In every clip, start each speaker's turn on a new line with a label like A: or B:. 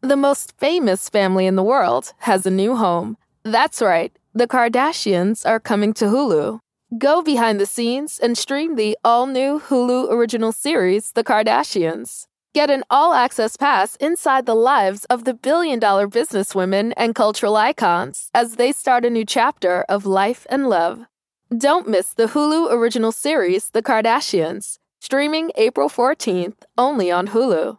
A: the most famous family in the world, has a new home. That's right, the Kardashians are coming to Hulu. Go behind the scenes and stream the all new Hulu original series, The Kardashians. Get an all access pass inside the lives of the billion dollar businesswomen and cultural icons as they start a new chapter of life and love. Don't miss the Hulu original series, The Kardashians, streaming April 14th only on Hulu.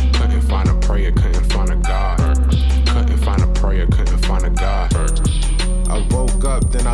B: Couldn't find a prayer, couldn't find a God. Couldn't find a prayer, couldn't find a God.
C: I woke up, then I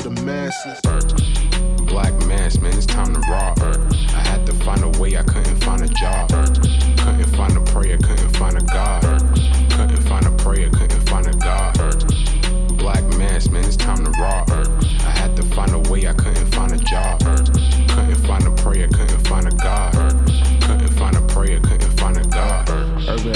C: the masses.
B: Black mass, man, it's time to rock. I had to find a way, I couldn't find a job. Couldn't find a prayer, couldn't find a God. Couldn't find a prayer, couldn't find a God. Black mass, man, it's time to rock. I had to find a way, I couldn't find a job. Couldn't find a prayer, couldn't find a God. Couldn't find a prayer, couldn't find a God.
C: Urban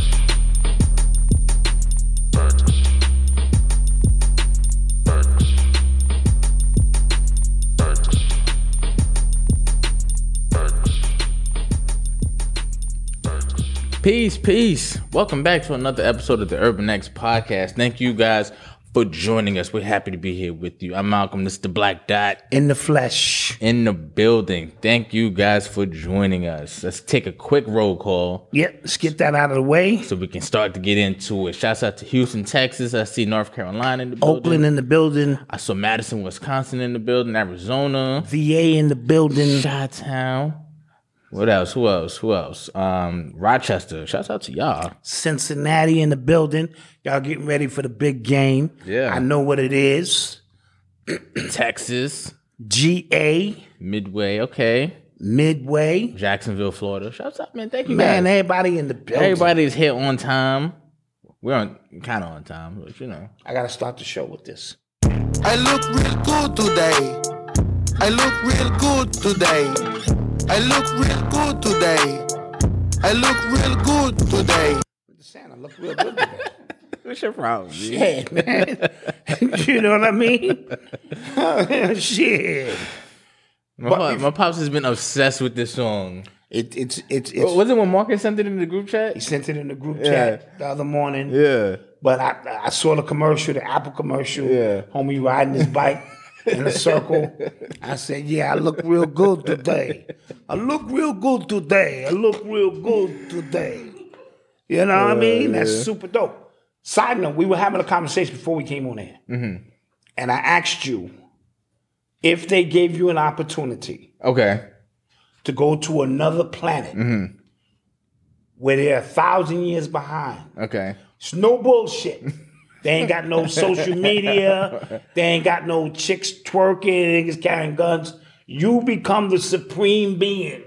D: Peace, peace. Welcome back to another episode of the Urban X Podcast. Thank you guys for joining us. We're happy to be here with you. I'm Malcolm. This is the Black Dot
E: in the flesh.
D: in the building. Thank you guys for joining us. Let's take a quick roll call
E: Yep, let's get that out of the way.
D: so we can start to get into it. Shouts out to Houston, Texas. I see North Carolina in the building.
E: Oakland in the building,
D: I saw Madison, Wisconsin in the building. Arizona,
E: VA in the building.
D: Chi-town. What else? Who else? Who else? Um, Rochester. Shouts out to y'all.
E: Cincinnati in the building. Y'all getting ready for the big game.
D: Yeah.
E: I know what it is.
D: Texas,
E: GA,
D: Midway. Okay.
E: Midway.
D: Jacksonville, Florida. Shouts out, man. Thank you,
E: Man,
D: guys.
E: everybody in the building.
D: Everybody's here on time. We're on kind of on time, but you know.
E: I gotta start the show with this.
F: I look real good today. I look real good today. I look real good today. I look real good today.
E: Santa, look real good today.
D: What's your problem? G?
E: Yeah, man. you know what I mean? Shit.
D: My, pop- my pops has been obsessed with this song.
E: It, it's it's it's.
D: Was it when Marcus sent it in the group chat?
E: he sent it in the group
D: Yeah.
E: chat the other morning.
D: Yeah.
E: But I, I saw the commercial, the Apple commercial.
D: Yeah.
E: Homie riding his bike in a circle. I said, Yeah, I look real good today. I look real good today. I look real good today. You know what I mean? That's super dope. Side note, we were having a conversation before we came on here. And I asked you if they gave you an opportunity
D: Okay.
E: to go to another planet where they're a thousand years behind.
D: Okay.
E: It's no bullshit. They ain't got no social media. They ain't got no chicks twerking, niggas carrying guns. You become the supreme being.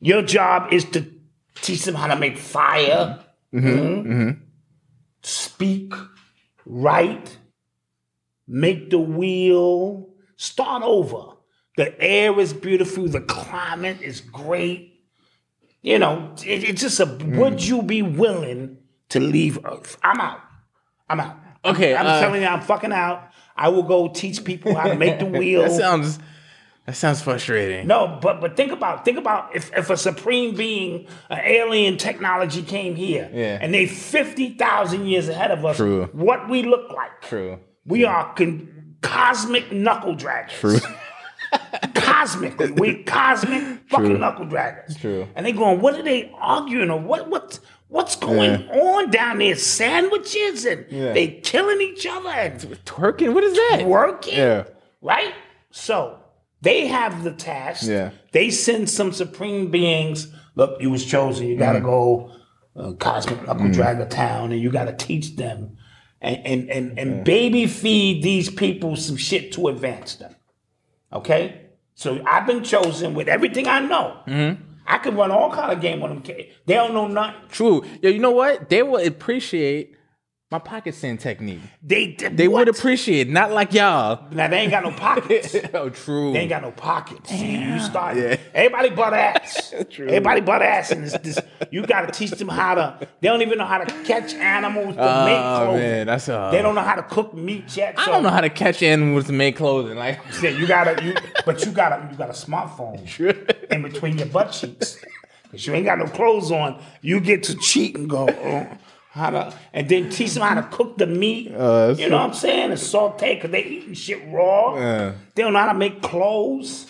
E: Your job is to teach them how to make fire,
D: Mm-hmm.
E: Mhm. speak, write, make the wheel, start over. The air is beautiful. The climate is great you know, it, it's just a
D: Mm.
E: would you be willing to leave Earth? I'm out. I'm out.
D: Okay,
E: I'm
D: uh,
E: telling you, I'm fucking out. I will go teach people how to make the wheel.
D: That sounds That sounds frustrating.
E: No, but but think about think about if, if a supreme being, an alien technology came here,
D: Yeah.
E: and they fifty thousand years ahead of us.
D: True.
E: What we look like?
D: True.
E: We are con- cosmic knuckle dragons.
D: True.
E: Cosmically, we cosmic fucking knuckle dragons.
D: True.
E: And they going, what are they arguing or what what what's going on down there? Sandwiches and
D: Yeah.
E: they killing each other and
D: Twerking? What is that?
E: working.
D: Yeah.
E: Right? So they have the task.
D: Yeah.
E: They send some supreme beings. Look, you was chosen. You
D: Mm.
E: gotta go uh, cosmic knuckle dragger town, and you gotta teach them, and and and, and baby feed these people some shit to advance them. Okay. So I've been chosen with everything I know.
D: Mm-hmm.
E: I could run all kind of game on them. kids. They don't know nothing.
D: True. Yeah, you know what? They will appreciate my pocket sand technique.
E: They
D: They
E: what?
D: would appreciate, not like y'all.
E: now. They ain't got no pockets.
D: oh, true.
E: They ain't got no pockets. You start. Everybody butt ass.
D: True.
E: Everybody butt ass, and it's this, you got to teach them how to. They don't even know how to catch animals to make
D: oh
E: clothes.
D: man, that's uh,
E: They don't know how to cook meat yet.
D: I don't know how to catch animals to make clothing. Like,
E: Yeah, you gotta. You, but you gotta. You got a smartphone in between your butt cheeks because you ain't got no clothes on. You get to cheat and go. Oh, how to, and then teach them how to cook the meat.
D: that's
E: you know what I'm saying? And saute because they eating shit raw. They don't know how to make clothes.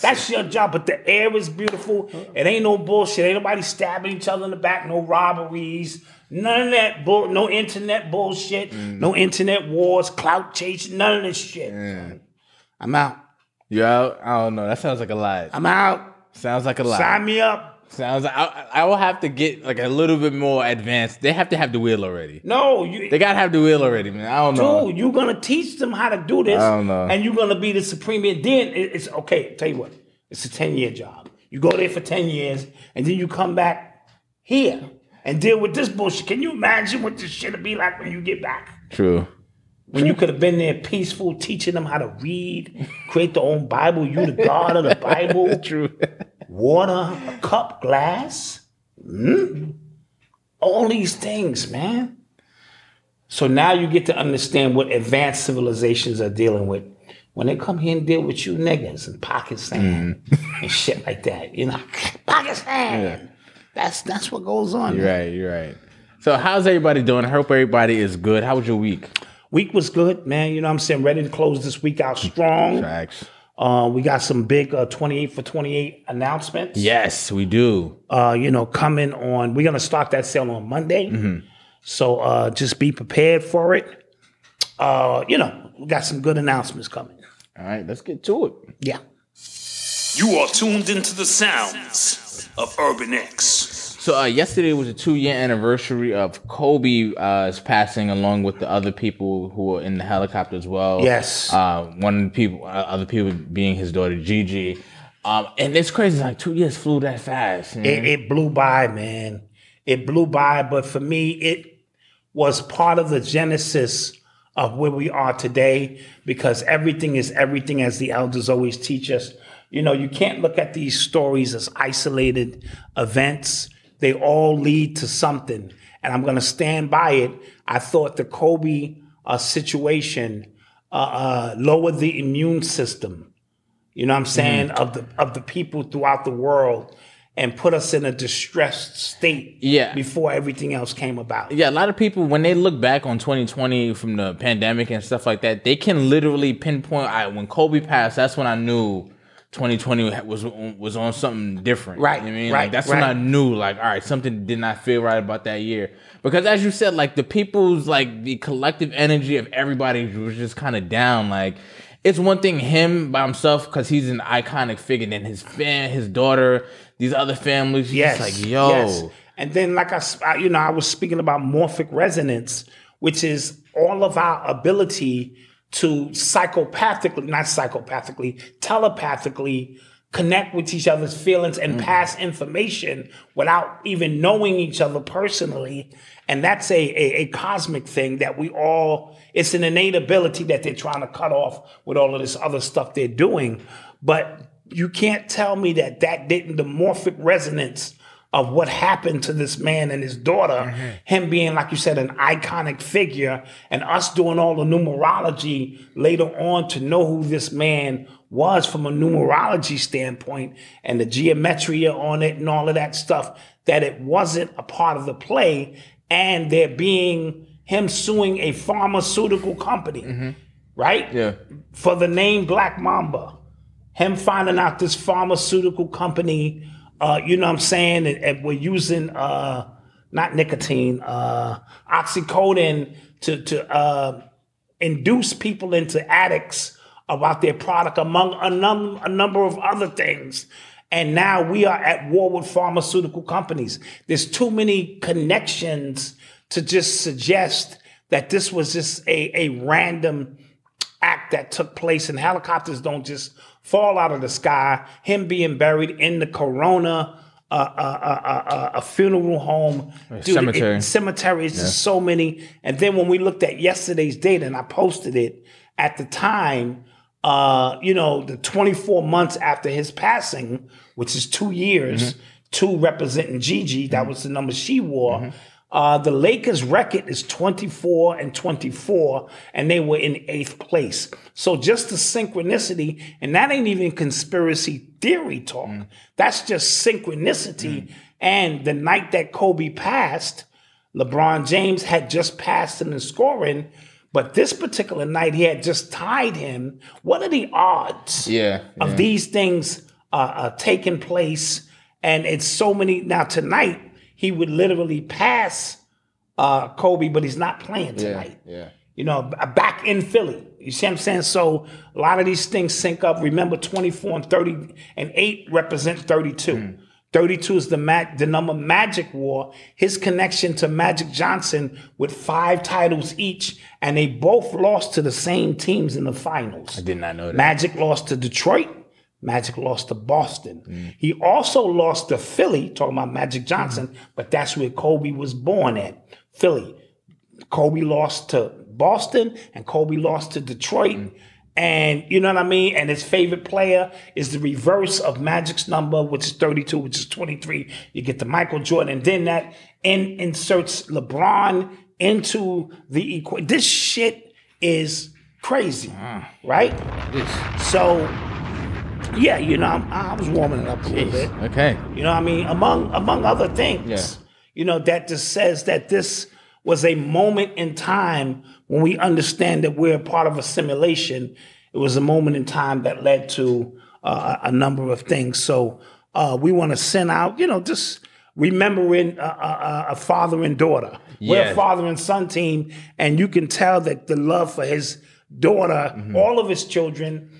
E: That's your job, but the air is beautiful. It ain't no bullshit. Ain't nobody stabbing each other in the back. No robberies. None of that bull. No internet bullshit. No internet wars. Clout chasing. None of this shit. I'm out.
D: you out? I don't know. That sounds like a lie.
E: I'm out.
D: Sounds like a lie.
E: Sign me up.
D: Sounds. I- I, I will have to get like a little bit more advanced. They have to have the wheel already.
E: No, you.
D: They gotta have the wheel already, man. I don't know.
E: Dude, you're gonna teach them how to do this,
D: I don't know.
E: and you're gonna be the supreme. And then it- it's okay. Tell you what, it's a ten year job. You go there for ten years, and then you come back here and deal with this bullshit. Can you imagine what this shit'll be like when you get back?
D: True.
E: When you could have been there peaceful, teaching them how to read, create their own Bible. You the God of the Bible.
D: True.
E: water, a cup, glass, Mm. all these things, man. So now you get to understand what advanced civilizations are dealing with when they come here and deal with you niggas in Pakistan
D: Mm.
E: and shit like that. You know, Pakistan. That's that's what goes on.
D: You're right. You're right. So how's everybody doing? I hope everybody is good. How was your week?
E: Week was good, man. You know what I'm saying? Ready to close this week out strong.
D: Facts.
E: Uh, we got some big uh, 28 for 28 announcements.
D: Yes, we do.
E: uh, you know, coming on. We're gonna start that sale on Monday, so uh, just be prepared for it. Uh, you know, we got some good announcements coming.
D: All right, let's get to it.
E: Yeah,
G: You are tuned into the sounds of Urban X.
D: So uh, yesterday was a two-year anniversary of Kobe's uh, his passing, along with the other people who were in the helicopter as well.
E: Yes.
D: uh, one of the people, uh, other people being his daughter Gigi. Um, and it's crazy. Like two years flew that fast. man.
E: it, it blew by, man. It blew by, but for me, it was part of the genesis of where we are today because everything is everything, as the elders always teach us. You know, you can't look at these stories as isolated events, they all lead to something. And I'm going to stand by it. I thought the Kobe uh, situation uh, uh, lowered the immune system you know what I'm saying,
D: Mm-hmm.
E: of the of the people throughout the world and put us in a distressed state
D: Yeah.
E: before everything else came about.
D: yeah, a lot of people when they look back on 2020 from the pandemic and stuff like that, they can literally pinpoint. I when Kobe passed, that's when I knew 2020 ha- was on- was on something different.
E: Right,
D: You know what I mean,
E: right,
D: like, that's when
E: right.
D: I knew. Like, all right, something did not feel right about that year because, as you said, like the people's like the collective energy of everybody was just kind of down. Like. It's one thing him by himself because he's an iconic figure. Then his fan, his daughter, these other families. Yes,
E: Yes.
D: like yo,
E: yes. And then, like I, s- I- you know, I was speaking about morphic resonance, which is all of our ability to psychopathically, not psychopathically, telepathically connect with each other's feelings and pass information without even knowing each other personally. And that's a, a, a cosmic thing that we all, it's an innate ability that they're trying to cut off with all of this other stuff they're doing. But you can't tell me that that didn't, the morphic resonance of what happened to this man and his daughter, him being, like you said, an iconic figure, and us doing all the numerology later on to know who this man was from a numerology standpoint and the geometry on it and all of that stuff, that it wasn't a part of the play, and there being him suing a pharmaceutical company, right?
D: Yeah.
E: for the name Black Mamba, him finding out this pharmaceutical company, uh, you know what I'm saying, and, and we're using uh, not nicotine, uh, oxycodone to to uh, induce people into addicts about their product, among a, num- a number of other things. And now we are at war with pharmaceutical companies. There's too many connections to just suggest that this was just a, a random act that took place and helicopters don't just fall out of the sky him being buried in the corona uh, uh, uh, uh, uh, a funeral home Dude,
D: cemetery.
E: it- cemetery it's just so many and then when we looked at yesterday's data and i posted it at the time uh, you know the 24 months after his passing which is two years two representing gigi that was the number she wore uh, the Lakers' record is 24 and 24, and they were in eighth place. So just the synchronicity, and that ain't even conspiracy theory talk. That's just synchronicity. And the night that Kobe passed, LeBron James had just passed him in scoring, but this particular night he had just tied him. What are the odds?
D: Yeah,
E: of
D: yeah.
E: these things uh, uh, taking place, and it's so many. Now tonight he would literally pass uh, Kobe, but he's not playing
D: Yeah.
E: tonight.
D: Yeah.
E: You know, b- back in Philly. You see what I'm saying? So a lot of these things sync up. Remember, 24 and 30 and 8 represent 32.
D: Hmm.
E: 32 is the ma- the number Magic War. His connection to Magic Johnson with five titles each, and they both lost to the same teams in the finals. I
D: Did not know that.
E: Magic lost to Detroit. Magic lost to Boston. He also lost to Philly, talking about Magic Johnson, but that's where Kobe was born at, Philly. Kobe lost to Boston and Kobe lost to Detroit. And you know what I mean? And his favorite player is the reverse of Magic's number, which is 32, which is 23. You get the Michael Jordan. And then that in, inserts LeBron into the equation. This shit is crazy, right? So, yeah, you know, I'm, I was warming it up a little bit.
D: Okay.
E: You know what I mean? Among among other things.
D: Yeah.
E: You know, that just says that this was a moment in time when we understand that we're a part of a simulation. It was a moment in time that led to uh, a a number of things. So uh, we want to send out, you know, just remembering a, a, a father and daughter. We're
D: Yeah.
E: a father and son team, and you can tell that the love for his daughter,
D: Mm-hmm.
E: all of his children,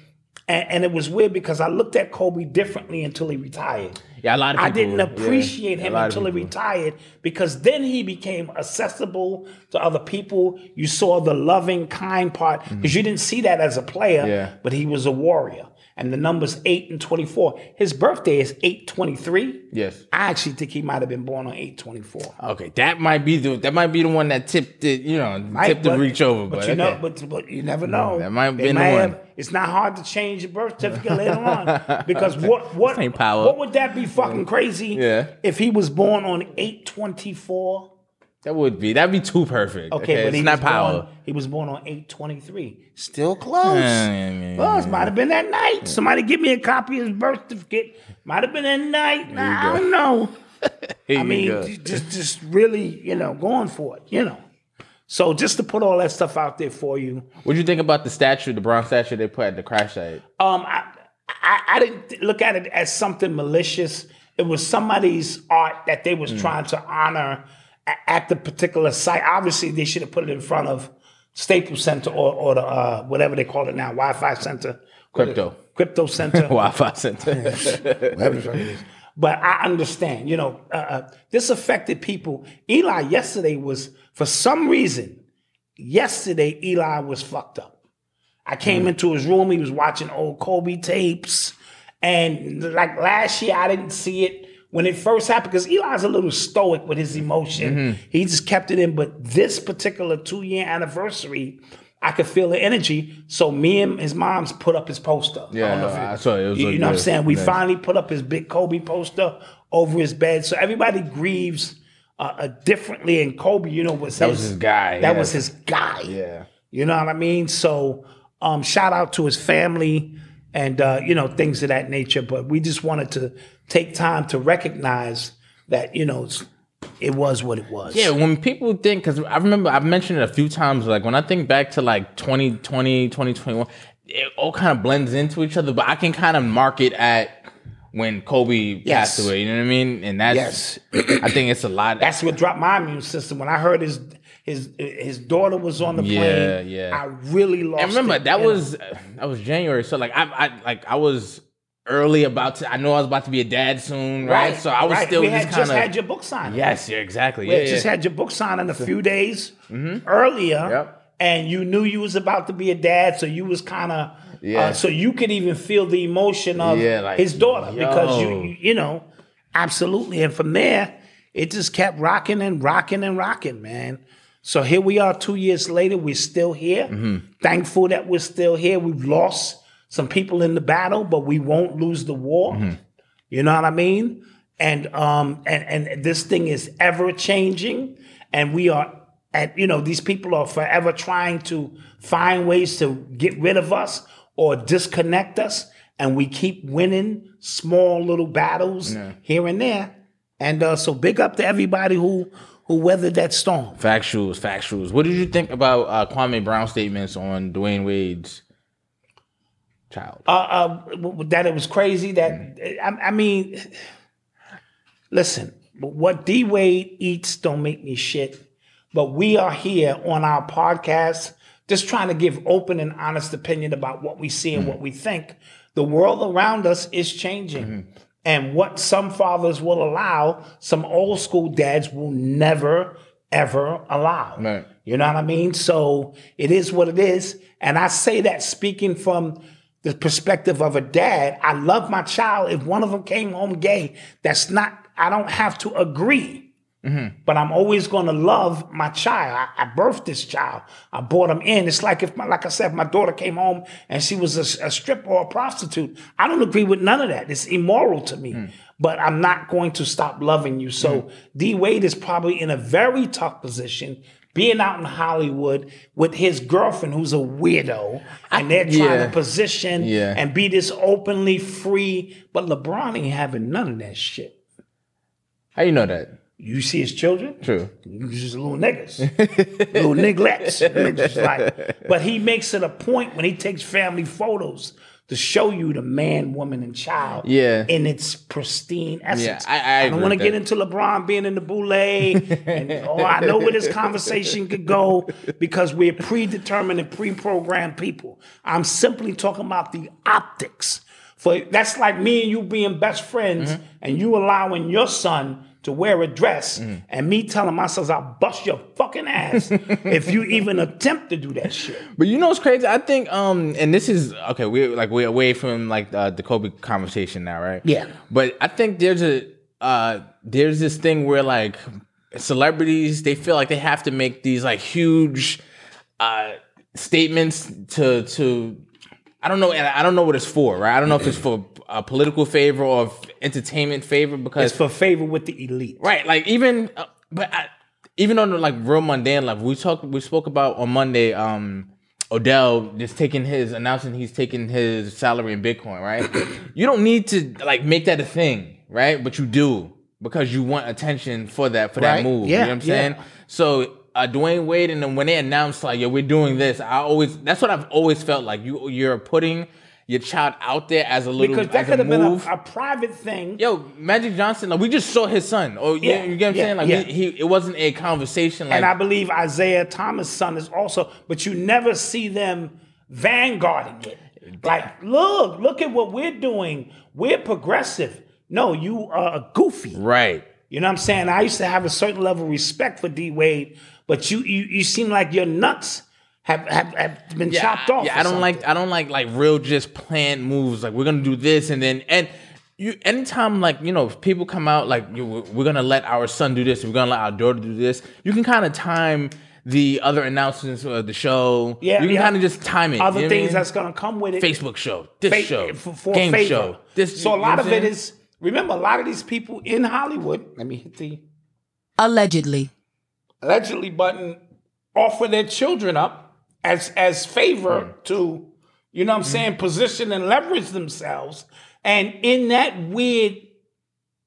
E: and, and it was weird because I looked at Kobe differently until he retired.
D: Yeah, a lot of
E: I
D: people.
E: didn't
D: yeah,
E: appreciate
D: a
E: him
D: lot of
E: until he
D: people.
E: retired because then he became accessible to other people. You saw the loving, kind part because you didn't see that as a player,
D: Mm-hmm. Yeah.
E: but he was a warrior. And the numbers 8 and 24. His birthday is 823.
D: Yes.
E: I actually think he might have been born on 824.
D: Okay, that might be the that might be the one that tipped it. You know, tipped the reach over. But,
E: you know,
D: okay.
E: but, but you never know.
D: that might have
E: They
D: been the one.
E: it's not hard to change your birth certificate later on because what what
D: ain't power.
E: what would that be fucking crazy?
D: Yeah.
E: if he was born on eight twenty four.
D: that would be that'd be too perfect.
E: Okay, but
D: it's
E: he
D: not
E: was
D: power.
E: Born, he was born on eight twenty three. Still close.
D: Yeah, yeah, yeah, yeah,
E: Close. Might have been that night. Somebody give me a copy of his birth certificate. Might have been that night. Nah,
D: go.
E: I don't know.
D: Here
E: I
D: you
E: mean,
D: go.
E: j- just just really, you know, going for it, you know. So just to put all that stuff out there for you,
D: what'd you think about the statue, the bronze statue they put at the crash site?
E: um, I, I I didn't look at it as something malicious. It was somebody's art that they was trying to honor a- at the particular site. Obviously, they should have put it in front of Staples Center or or the uh, whatever they call it now, Wi-Fi Center,
D: Crypto.
E: Crypto Center.
D: Wi-Fi center.
E: But I understand, you know, uh, uh, this affected people. Eli yesterday was, for some reason, yesterday Eli was fucked up. I came into his room, he was watching old Kobe tapes. And like last year, I didn't see it when it first happened because Eli's a little stoic with his emotion. He just kept it in. But this particular two year anniversary, I could feel the energy. So me and his mom's put up his poster. I don't know if you-
D: Yeah, I saw it. It was
E: you,
D: like
E: you know what I'm
D: this.
E: saying? We
D: Yeah.
E: finally put up his big Kobe poster over his bed. So everybody grieves uh, uh, differently. And Kobe, you know, was
D: That was his guy,
E: That
D: yeah.
E: was his guy.
D: Yeah.
E: You know what I mean? So um, shout out to his family and, uh, you know, things of that nature. But we just wanted to take time to recognize that, you know, it's, it was what it was.
D: Yeah, when people think, because I remember I've mentioned it a few times, like when I think back to like 2020, 2021, it all kind of blends into each other, but I can kind of mark it at when Kobe
E: Yes.
D: passed away, you know what I mean? And that's, I think it's a lot.
E: That's what dropped my immune system. When I heard his his his daughter was on the
D: Yeah,
E: plane,
D: yeah.
E: I really lost.
D: I remember
E: it,
D: that
E: you know?
D: was that was January. So like I, I like I was early about to. I know I was about to be a dad soon, right? So I was
E: right.
D: still
E: we
D: just
E: had just
D: kind
E: had
D: of.
E: your book signed.
D: Yes, yeah, exactly.
E: we
D: Yeah,
E: had just
D: yeah. Mm-hmm.
E: had your book signed in a few days earlier,
D: Yep.
E: and you knew you was about to be a dad, so you was kind of.
D: Yeah.
E: Uh, so you could even feel the emotion of
D: Yeah, like,
E: his daughter because you,
D: yo.
E: you you know absolutely, and from there it just kept rocking and rocking and rocking, man. So here we are, two years later, we're still here.
D: Mm-hmm.
E: Thankful that we're still here. We've lost some people in the battle, but we won't lose the war.
D: Mm-hmm.
E: You know what I mean? And um and and this thing is ever changing, and we are at you know these people are forever trying to find ways to get rid of us or disconnect us, and we keep winning small little battles here and there. And uh, so big up to everybody who who weathered that storm.
D: Factuals, factuals. What did you think about uh, Kwame Brown's statements on Dwayne Wade's child?
E: Uh, uh, w- w- that it was crazy. That I, I mean, listen, what D Wade eats don't make me shit. But we are here on our podcast, just trying to give open and honest opinion about what we see and what we think. The world around us is changing. And what some fathers will allow, some old school dads will never, ever allow.
D: Right.
E: You know what I mean? So it is what it is. And I say that speaking from the perspective of a dad. I love my child. If one of them came home gay, that's not, I don't have to agree. But I'm always going to love my child. I, I birthed this child. I brought him in. It's like if, my, like I said, if my daughter came home and she was a, a stripper or a prostitute. I don't agree with none of that. It's immoral to me.
D: Hmm.
E: But I'm not going to stop loving you. So D Wade is probably in a very tough position, being out in Hollywood with his girlfriend, who's a weirdo, and they're trying
D: yeah.
E: to position
D: Yeah.
E: and be this openly free. But LeBron ain't having none of that shit.
D: How you know that?
E: You see his children.
D: True.
E: You just little niggas, little neglects. Niggas like- but he makes it a point when he takes family photos to show you the man, woman, and child
D: Yeah.
E: in its pristine essence.
D: Yeah, I- I
E: don't
D: agree
E: want to
D: with
E: get
D: that.
E: into LeBron being in the boule, and oh, I know where this conversation could go because we're predetermined and pre-programmed people. I'm simply talking about the optics. For that's like me and you being best friends,
D: Mm-hmm.
E: and you allowing your son to wear a dress,
D: Mm.
E: and me telling myself I'll bust your fucking ass if you even attempt to do that shit.
D: But you know what's crazy? I think um and this is okay, we like we're away from like uh, the Kobe conversation now, right?
E: Yeah.
D: But I think there's a uh there's this thing where like celebrities they feel like they have to make these like huge uh statements to to I don't know and I don't know what it's for, right? I don't know if it's for a political favor or f- entertainment favor because
E: It's for favor with the elite.
D: Right, like even, uh, but I, even on the like real mundane level, we talked, we spoke about on Monday. Um, Odell just taking his announcing he's taking his salary in Bitcoin. Right, you don't need to like make that a thing, right? But you do because you want attention for that for
E: Right,
D: that move.
E: yeah,
D: you know what I'm saying?
E: yeah.
D: So. Uh, Dwayne Wade and then when they announced like yo we're doing this I always that's what I've always felt like you you're putting your child out there as a little
E: Because that
D: as
E: could
D: a
E: have been a,
D: move
E: a private thing.
D: yo, Magic Johnson, like we just saw his son. Oh, yeah,
E: Yeah,
D: you, get what I'm
E: yeah,
D: saying? Like
E: yeah.
D: we, he, it wasn't a conversation. Like
E: and I believe Isaiah Thomas' son is also, but you never see them vanguarding it. Like, look, look at what we're doing. We're progressive. No, you are a goofy.
D: right,
E: You know what I'm saying? I used to have a certain level of respect for D Wade, but you you, you seem like your nuts have, have, have been
D: yeah,
E: chopped off.
D: Yeah,
E: or
D: I don't
E: something.
D: like, I don't like like real just planned moves. Like we're gonna do this and then and. You, anytime like you know people come out like you, we're gonna let our son do this we're gonna let our daughter do this you can kind of time the other announcements of the show.
E: Yeah,
D: you can
E: yeah.
D: kind of just time it. you know
E: Other
D: what I
E: things
D: mean?
E: that's gonna come with it.
D: Facebook show, this
E: Fa-
D: show,
E: f- for
D: game
E: favor.
D: show. This
E: so a
D: you know
E: lot
D: what
E: of
D: I'm
E: it
D: saying?
E: is. Remember, a lot of these people in Hollywood. Let me hit the
H: Allegedly.
E: allegedly button. Offer their children up as as favor to you know what I'm saying position and leverage themselves. And in that weird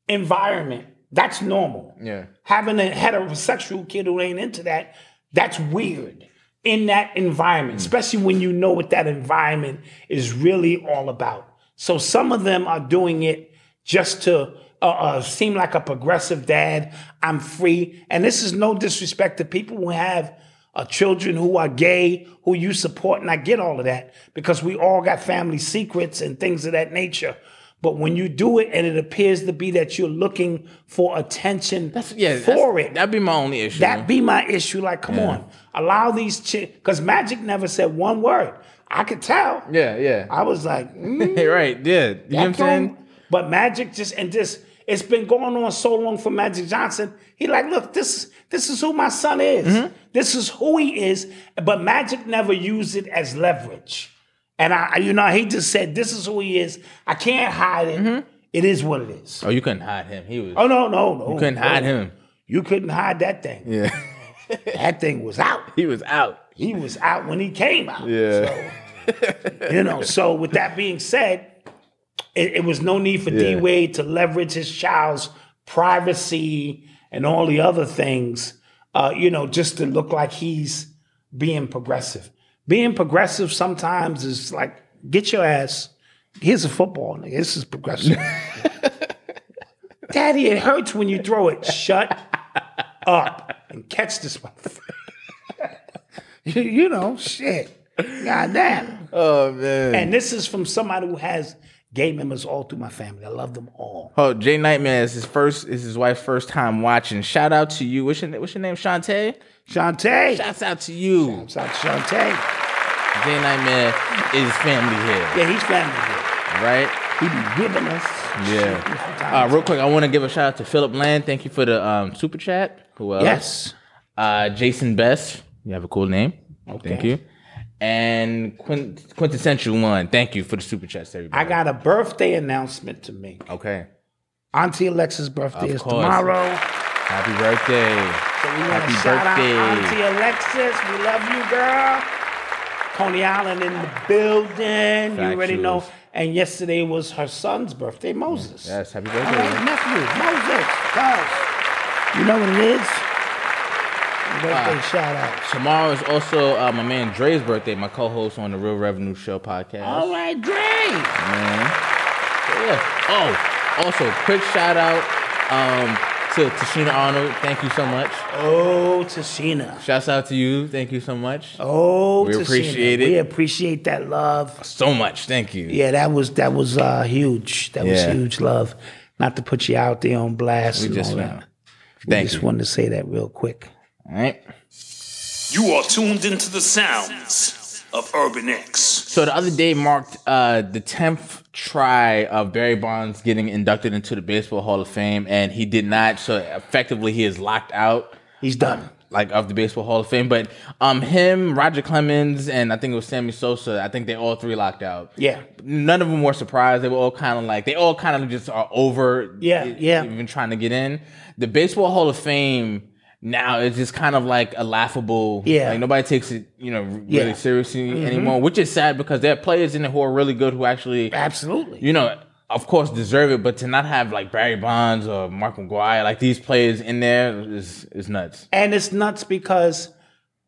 E: environment, that's normal.
D: Yeah.
E: having a heterosexual kid who ain't into that, that's weird in that environment, especially when you know what that environment is really all about. So some of them are doing it just to uh, uh, seem like a progressive dad. I'm free. And this is no disrespect to people who have uh, children who are gay, who you support. And I get all of that because we all got family secrets and things of that nature. But when you do it and it appears to be that you're looking for attention
D: That's- yeah, that's-
E: for it,
D: That'd be my only issue.
E: that be my issue. Like, come on, allow these chicks. Because Magic never said one word. I could tell.
D: yeah, yeah.
E: I was like, mm,
D: Hey, right, yeah. You know what I'm
E: that don't-
D: saying?
E: But Magic just and this, it's been going on so long for Magic Johnson. He like, look, this this is who my son is.
D: Mm-hmm.
E: This is who he is. But Magic never used it as leverage. And I, I- you know, he just said, this is who he is. I can't hide it.
D: Mm-hmm.
E: It is what it is.
D: Oh, you couldn't hide him. He was.
E: Oh no, no, no.
D: you couldn't hide him.
E: You couldn't hide that thing.
D: Yeah,
E: That thing was out.
D: he was out.
E: he was out when he came out.
D: Yeah.
E: So, you know, so with that being said, it, it was no need for D
D: Yeah.
E: Wade to leverage his child's privacy and all the other things, uh, you know, just to look like he's being progressive. Being progressive sometimes is like, get your ass, here's a football, nigga. This is progressive. Daddy, it hurts when you throw it. Shut up and catch this motherfucker. you, you know, shit. Goddamn.
D: Oh man.
E: And this is from somebody who has gay members all through my family. I love them all.
D: Oh, Jay Nightman is his first is his wife's first time watching. Shout out to you. What's your, na- what's your name? Shantae?
E: Shantae.
D: Shouts out to you.
E: Shouts out to Shantae.
D: Jay Nightman is family here,
E: Yeah, he's family here.
D: right?
E: He be giving us.
D: Yeah. Uh, real quick, I want to give a shout out to Philip Land. Thank you for the um, super chat. Who else?
E: Yes.
D: Uh, Jason Best. You have a cool name. Thank you. And Quint- Quintessential One. Thank you for the super chats, everybody.
E: I got a birthday announcement to make.
D: okay.
E: Auntie Alexa's birthday
D: Of
E: is
D: course.
E: tomorrow.
D: Happy birthday.
E: So we want to
D: Happy
E: shout out
D: birthday.
E: Auntie Alexis. We love you, girl. Coney Island in the building. You already
D: Factuals.
E: know. And yesterday was her son's birthday, Moses.
D: Yes, happy
E: All right,
D: birthday.
E: nephew, Moses. Guys, you know what it is? Birthday shout out.
D: Tomorrow is also uh, my man Dre's birthday, my co-host on the Real Revenue Show podcast.
E: All right, Dre.
D: Yeah. Oh, also quick shout out um, to Tashina Arnold. Thank you so much.
E: Oh, Tashina.
D: Shouts out to you. Thank you so much.
E: Oh,
D: We
E: Tashina.
D: appreciate it.
E: We appreciate that love.
D: So much. Thank you.
E: Yeah, that was that was uh, huge. That was
D: Yeah.
E: huge love. Not to put you out there on blast.
D: We
E: and
D: just
E: all
D: found.
E: that.
D: Thank
E: just
D: you.
E: wanted to say that real quick.
D: All right.
G: You are tuned into the sounds of Urban X.
D: So the other day marked uh, the tenth try of Barry Bonds getting inducted into the Baseball Hall of Fame, and he did not. So effectively, he is locked out.
E: He's done.
D: like of the Baseball Hall of Fame. But um, him, Roger Clemens, and I think it was Sammy Sosa. I think they all three locked out.
E: Yeah.
D: None of them were surprised. They were all kind of like they all kind of just are over.
E: Yeah,
D: e-
E: yeah.
D: Even trying to get in the Baseball Hall of Fame now is just kind of like a laughable.
E: Yeah.
D: Like nobody takes it you know really
E: Yeah. Mm-hmm.
D: seriously anymore, which is sad because there are players in it who are really good who actually
E: Absolutely.
D: you know, of course, deserve it, but to not have like Barry Bonds or Mark McGuire, like these players in there, is is nuts.
E: and it's nuts because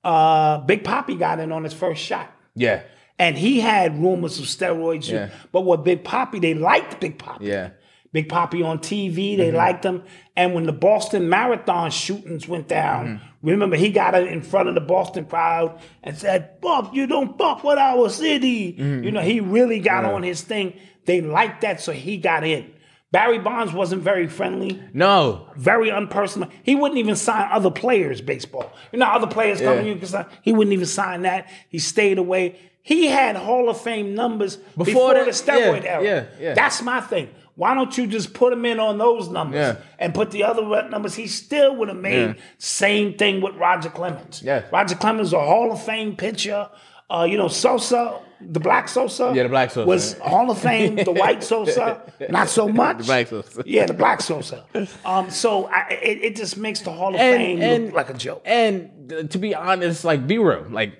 E: uh, Big Poppy got in on his first shot.
D: Yeah,
E: And he had rumors of steroids.
D: Yeah.
E: But with Big Poppy, they liked Big Poppy.
D: yeah. Mm-hmm.
E: Big Poppy on TV, they liked him. And when the Boston Marathon shootings went down,
D: Mm-hmm.
E: remember he got it in front of the Boston crowd and said, Fuck, you don't fuck with
D: Mm-hmm.
E: our city. You know, he really got on his thing. They liked that, so he got in. Barry Bonds wasn't very friendly,
D: No,
E: very unpersonal. He wouldn't even sign other players' baseball. You know, other players coming
D: Yeah.
E: in, 'cause, uh, he wouldn't even sign that. He stayed away. He had Hall of Fame numbers before,
D: that-
E: the steroid
D: yeah,
E: era.
D: yeah, yeah.
E: That's my thing. Why don't you just put him in on those numbers
D: Yeah.
E: and put the other re- numbers? He still would have made
D: Yeah.
E: same thing with Roger Clemens.
D: Yeah.
E: Roger Clemens, a Hall of Fame pitcher. Uh, you know, Sosa, the black Sosa.
D: Yeah, the black Sosa.
E: Was Hall of Fame, the white Sosa, not so much.
D: The black Sosa.
E: Yeah, the black Sosa. Um, so I, it, it just makes the Hall of Fame
D: and, and
E: look like a joke.
D: And uh, to be honest, like be real, like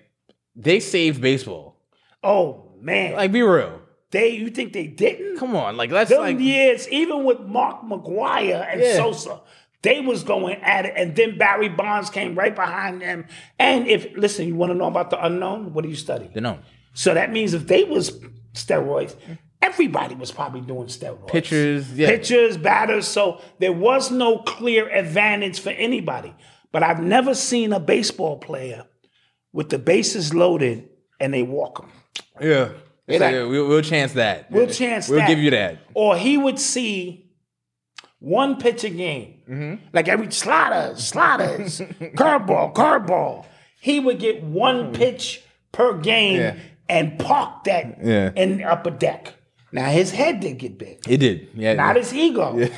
D: they saved baseball.
E: oh man,
D: Like be real.
E: they you think they didn't?
D: Come on, like let's
E: Them
D: like
E: years, even with Mark McGuire and
D: Yeah.
E: Sosa, they was going at it, and then Barry Bonds came right behind them. And if listen, you want to know about the unknown? What do you study?
D: you know
E: So that means if they was steroids, everybody was probably doing steroids.
D: pitchers. Yeah,
E: pitchers, batters. So there was no clear advantage for anybody. But I've never seen a baseball player with the bases loaded and they walk him.
D: yeah. They say,
E: like-
D: yeah, we'll, we'll chance that.
E: We'll chance
D: We'll
E: that.
D: give you that.
E: Or he would see one pitch a game,
D: Mm-hmm.
E: like every slider, sliders, curveball, curveball. He would get one pitch per game
D: Mm. Yeah.
E: and park that
D: Yeah.
E: in the upper deck. Now his head did get big.
D: It did. Yeah.
E: Not his ego.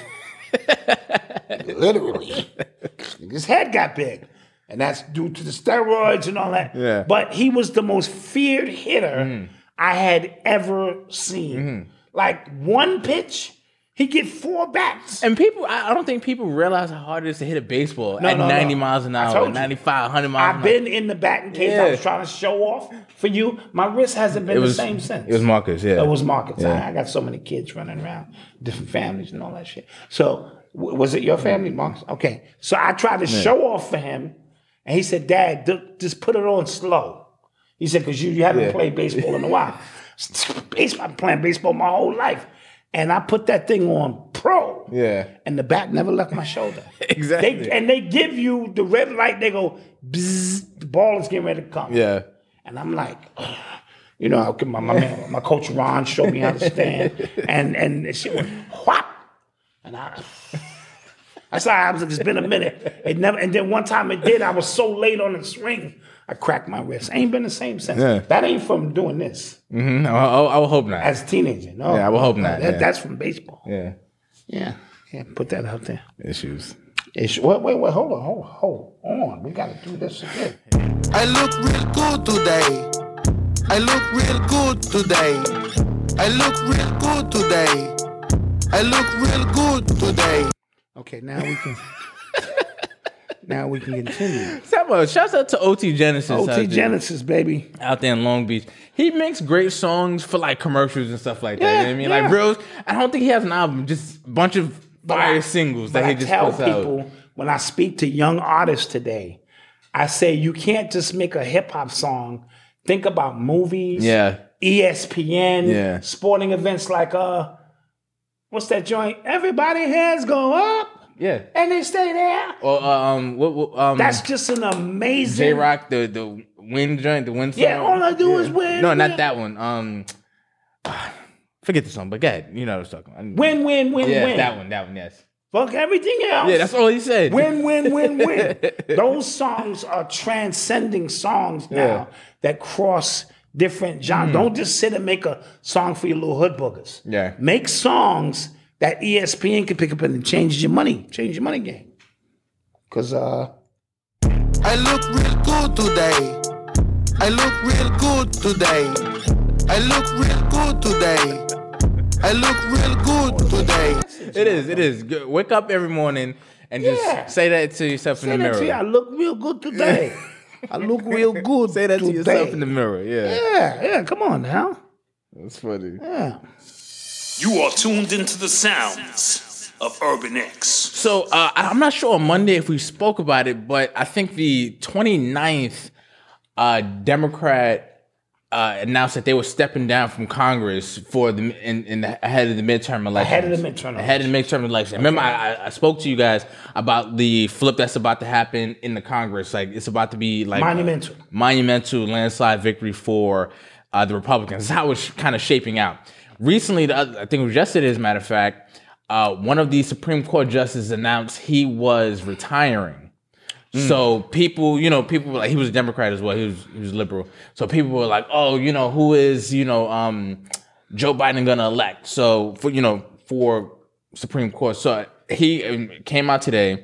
E: Literally. his head got big. And that's due to the steroids and all that.
D: Yeah. Mm-hmm.
E: But he was the most feared hitter I had ever seen. Like one pitch, he get four bats.
D: and people, I, I don't think people realize how hard it is to hit a baseball
E: No,
D: at
E: no, no.
D: 90 miles an
E: I
D: hour,
E: told you.
D: 95, 100 miles an
E: I've
D: hour.
E: been in the bat in case I was
D: Yeah.
E: trying to show off for you. My wrist hasn't been the same since.
D: It was Marcus, yeah.
E: It was Marcus. I, I got so many kids running around, different families and all that shit. So, w- was it your family, Marcus? Okay. So I tried to show off for him, and he said, "Dad, d- just put it on slow." He said, "Cause you, you haven't
D: Yeah.
E: played baseball in a while. baseball, I'm playing baseball my whole life." And I put that thing on pro.
D: Yeah.
E: And the bat never left my shoulder.
D: Exactly.
E: They, and they give you the red light. They go, Bzz, the ball is getting ready to come.
D: Yeah.
E: And I'm like, ugh. you know, I- my, my, man, my coach Ron showed me how to stand. And and she went, whop. And I, I saw I was like, it's been a minute. It never, and then one time it did, I was so late on the swing, I cracked my wrist. Ain't been the same since.
D: Yeah.
E: That ain't from doing this
D: Mm, I, I, I would hope not.
E: as a teenager. No.
D: Yeah, I would hope not,
E: That,
D: yeah.
E: That's from baseball.
D: yeah.
E: Yeah. Yeah, put that out there.
D: Issues.
E: It's, wait, wait, wait, hold on, hold, hold on. We gotta do this again.
F: I look real good today. I look real good today. I look real good today. I look real good today.
E: Okay, now we can. now we can continue.
D: Shout out to OT Genesis. out
E: OT
D: there.
E: Genesis, baby.
D: out there in Long Beach. He makes great songs for like commercials and stuff like that. You know what I mean,
E: Yeah,
D: like
E: yeah.
D: real. I don't think he has an album, just a bunch of fire
E: I-
D: singles
E: but
D: that
E: I
D: he just
E: tell
D: puts
E: people
D: out.
E: when I speak to young artists today, I say you can't just make a hip hop song. Think about movies, E
D: Yeah.
E: ESPN,
D: Yeah.
E: sporting events like uh, what's that joint? Everybody heads go up
D: Yeah.
E: and they stay there.
D: Or uh, um, what, what um,
E: That's just an amazing.
D: J Rock the the wind joint, the wind.
E: Yeah,
D: song.
E: all I do is win,
D: No,
E: win.
D: not that one. Um, forget the song, but go ahead. You know what I was talking. About.
E: Win, win, win,
D: Yeah,
E: win.
D: that one. That one. Yes.
E: Fuck everything else.
D: Yeah, that's all he said.
E: win, win, win, win. Those songs are transcending songs now
D: Yeah. Hmm.
E: that cross different genres. Don't just sit and make a song for your little hood boogers.
D: Yeah.
E: Make songs that E ESPN can pick up and change your money, change your money game. Cause uh
F: I look real good today. I look real good today. I look real good today. I look real good today.
D: It is. It is. G- Wake up every morning and just
E: Yeah.
D: say that to yourself
E: say
D: in the
E: that
D: mirror.
E: to you, I look real good today. I look real good.
D: Say that to
E: today.
D: yourself in the mirror. Yeah.
E: Yeah, yeah, come on now.
D: That's funny.
E: Yeah.
G: You are tuned into the sounds of Urban X.
D: So uh, I- I'm not sure on Monday if we spoke about it, but I think the 29th uh, Democrat uh, announced that they were stepping down from Congress for the in, in the ahead of the midterm election.
E: Ahead of the midterm
D: Ahead of the midterm election. Remember, I, I- I spoke to you guys about the flip that's about to happen in the Congress. Like it's about to be like
E: Monumental.
D: monumental landslide victory for uh, the Republicans. That's how it's kind of shaping out. Recently, the other, I think it was yesterday, as a matter of fact, uh, one of the Supreme Court justices announced he was retiring. So people, you know, people were like he was a Democrat as well. He was he was liberal. So people were like, oh, you know, who is you know um, Joe Biden gonna elect? So for you know for Supreme Court. So he um, came out today.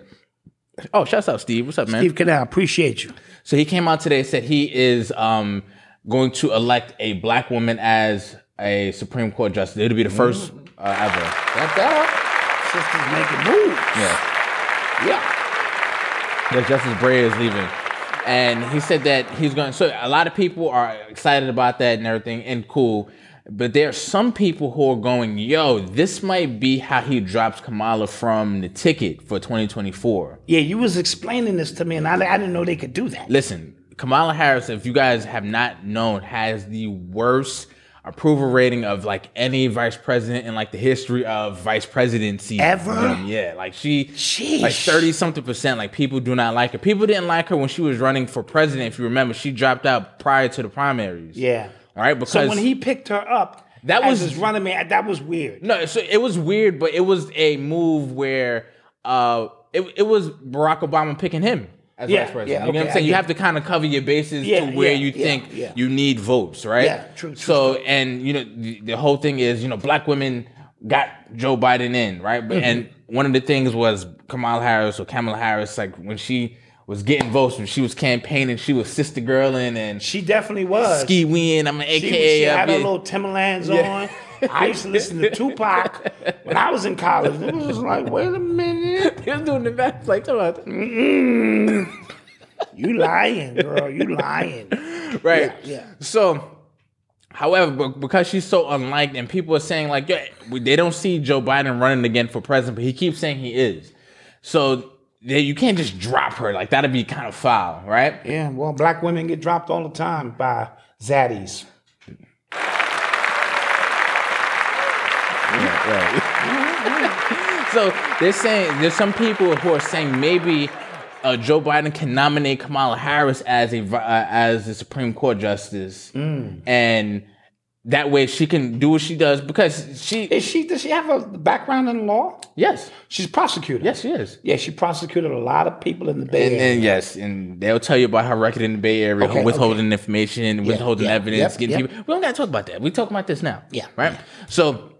D: Oh, shouts out Steve. What's up, man?
E: Steve Canal, appreciate you.
D: So he came out today and said he is um, going to elect a black woman as a Supreme Court justice. It'll be the first uh, ever. Clap that
E: Sisters making moves.
D: up. Yeah. That Justice Bray is leaving. And he said that he's going. So a lot of people are excited about that and everything, and cool. But there are some people who are going, "Yo, this might be how he drops Kamala from the ticket for 2024."
E: Yeah, you was explaining this to me, and I, I didn't know they could do that.
D: Listen, Kamala Harris, if you guys have not known, has the worst approval rating of like any vice president in like the history of vice presidency
E: Ever?
D: Yeah, like she
E: Sheesh.
D: like 30 something percent like people do not like her. People didn't like her when she was running for president if you remember. She dropped out prior to the primaries.
E: Yeah.
D: All right, because
E: So when he picked her up,
D: That
E: that
D: was-
E: was his running man. That was weird.
D: No, so it was weird, but it was a move where uh it, it was Barack Obama picking him as
E: Yeah,
D: vice president.
E: yeah,
D: you know what
E: okay,
D: I'm
E: I
D: saying? You
E: get
D: have to kind of cover your bases
E: Yeah,
D: to where
E: yeah,
D: you
E: yeah,
D: think
E: yeah.
D: you need votes, right?
E: Yeah, true, true
D: So and you know the, the whole thing is you know black women got Joe Biden in, right? But and
E: Mm-hmm.
D: one of the things was Kamala Harris or Kamala Harris, like when she was getting votes when she was campaigning, she was sister girling and
E: She definitely was.
D: ski win. I'm an
E: She,
D: AKA.
E: she had
D: I'm
E: her
D: in-
E: little Timberlands
D: Yeah.
E: on. I used to listen to Tupac when I was in college. It was just like, wait a minute,
D: He was doing the back like talking about
E: you lying, girl, you lying.
D: right?
E: Yeah, yeah.
D: So, however, be- because she's so unliked, and people are saying like, yeah, we- they don't see Joe Biden running again for president, but he keeps saying he is. So they, you can't just drop her like that'd be kind of foul, right?
E: Yeah, well, black women get dropped all the time by zaddies.
D: So they're saying there's some people who are saying maybe uh, Joe Biden can nominate Kamala Harris as a vi- uh, as the Supreme Court justice,
E: Mm.
D: and that way she can do what she does because she
E: Is she? Does she have a background in law?
D: yes
E: She's prosecuted.
D: yes she is.
E: Yeah, she prosecuted a lot of people in the Bay
D: And
E: Area.
D: then yes, and they'll tell you about her record in the Bay Area,
E: Okay,
D: withholding information, withholding
E: yeah,
D: evidence,
E: yep,
D: getting
E: yep.
D: people. We don't gotta talk about that. We talking about this now.
E: Yeah,
D: Right. So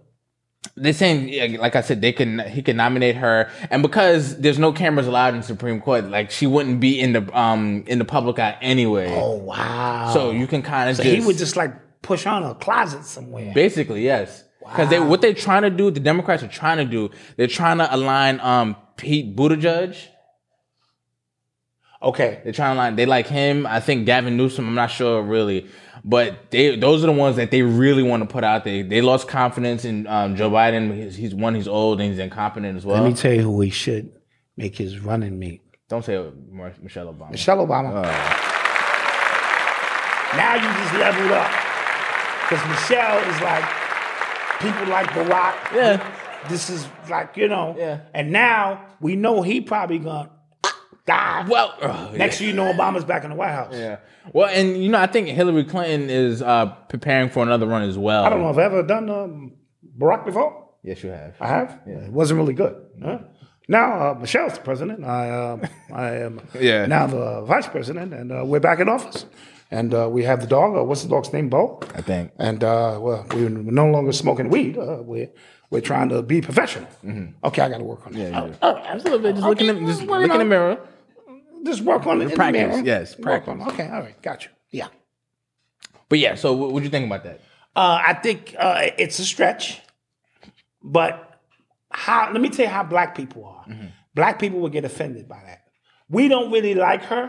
D: they're saying, yeah, like I said, they can he can nominate her, and because there's no cameras allowed in Supreme Court, like she wouldn't be in the um in the public eye anyway.
E: oh wow!
D: so you can kind of
E: So
D: just,
E: he would just like push on a closet somewhere.
D: basically yes, because they what they're trying to do, the Democrats are trying to do, they're trying to align um Pete Buttigieg.
E: Okay.
D: They're trying to like they like him. I think Gavin Newsom. I'm not sure really, but they those are the ones that they really want to put out there. They lost confidence in um, Joe Biden. He's, he's one. He's old and he's incompetent as well.
E: Let me tell you who he should make his running mate.
D: Don't say Mar- Michelle Obama.
E: Michelle Obama. Now you just leveled up. Because Michelle is like, people like Barack.
D: Yeah.
E: This is like, you know.
D: Yeah.
E: And now we know he probably gonna die.
D: Well, oh, yeah.
E: Next thing you know, Obama's back in the White House.
D: Yeah. Well, and you know, I think Hillary Clinton is uh, preparing for another run as well.
E: I don't know if I've ever done um, Barack before.
D: Yes, you have.
E: I have. It wasn't really good. huh? Now uh, Michelle's the president. I um, I am
D: Yeah.
E: now the vice president, and uh, we're back in office. And uh, we have the dog. Uh, what's the dog's name? Bo.
D: I think.
E: And uh, well, we're no longer smoking weed. Uh, we're we're trying to be professional. Okay, I got to work on that.
D: Mm-hmm. Yeah. Oh, absolutely. Just look in the, just
E: well,
D: look
E: you
D: in the
E: know.
D: mirror.
E: Just work on it. in the
D: Practice,
E: mirror.
D: yes,
E: Work on it. Okay, all right, got you. Yeah.
D: But yeah. So, what would you think about that?
E: Uh, I think uh, it's a stretch, but how? Let me tell you how black people are. Black people will get offended by that. We don't really like her,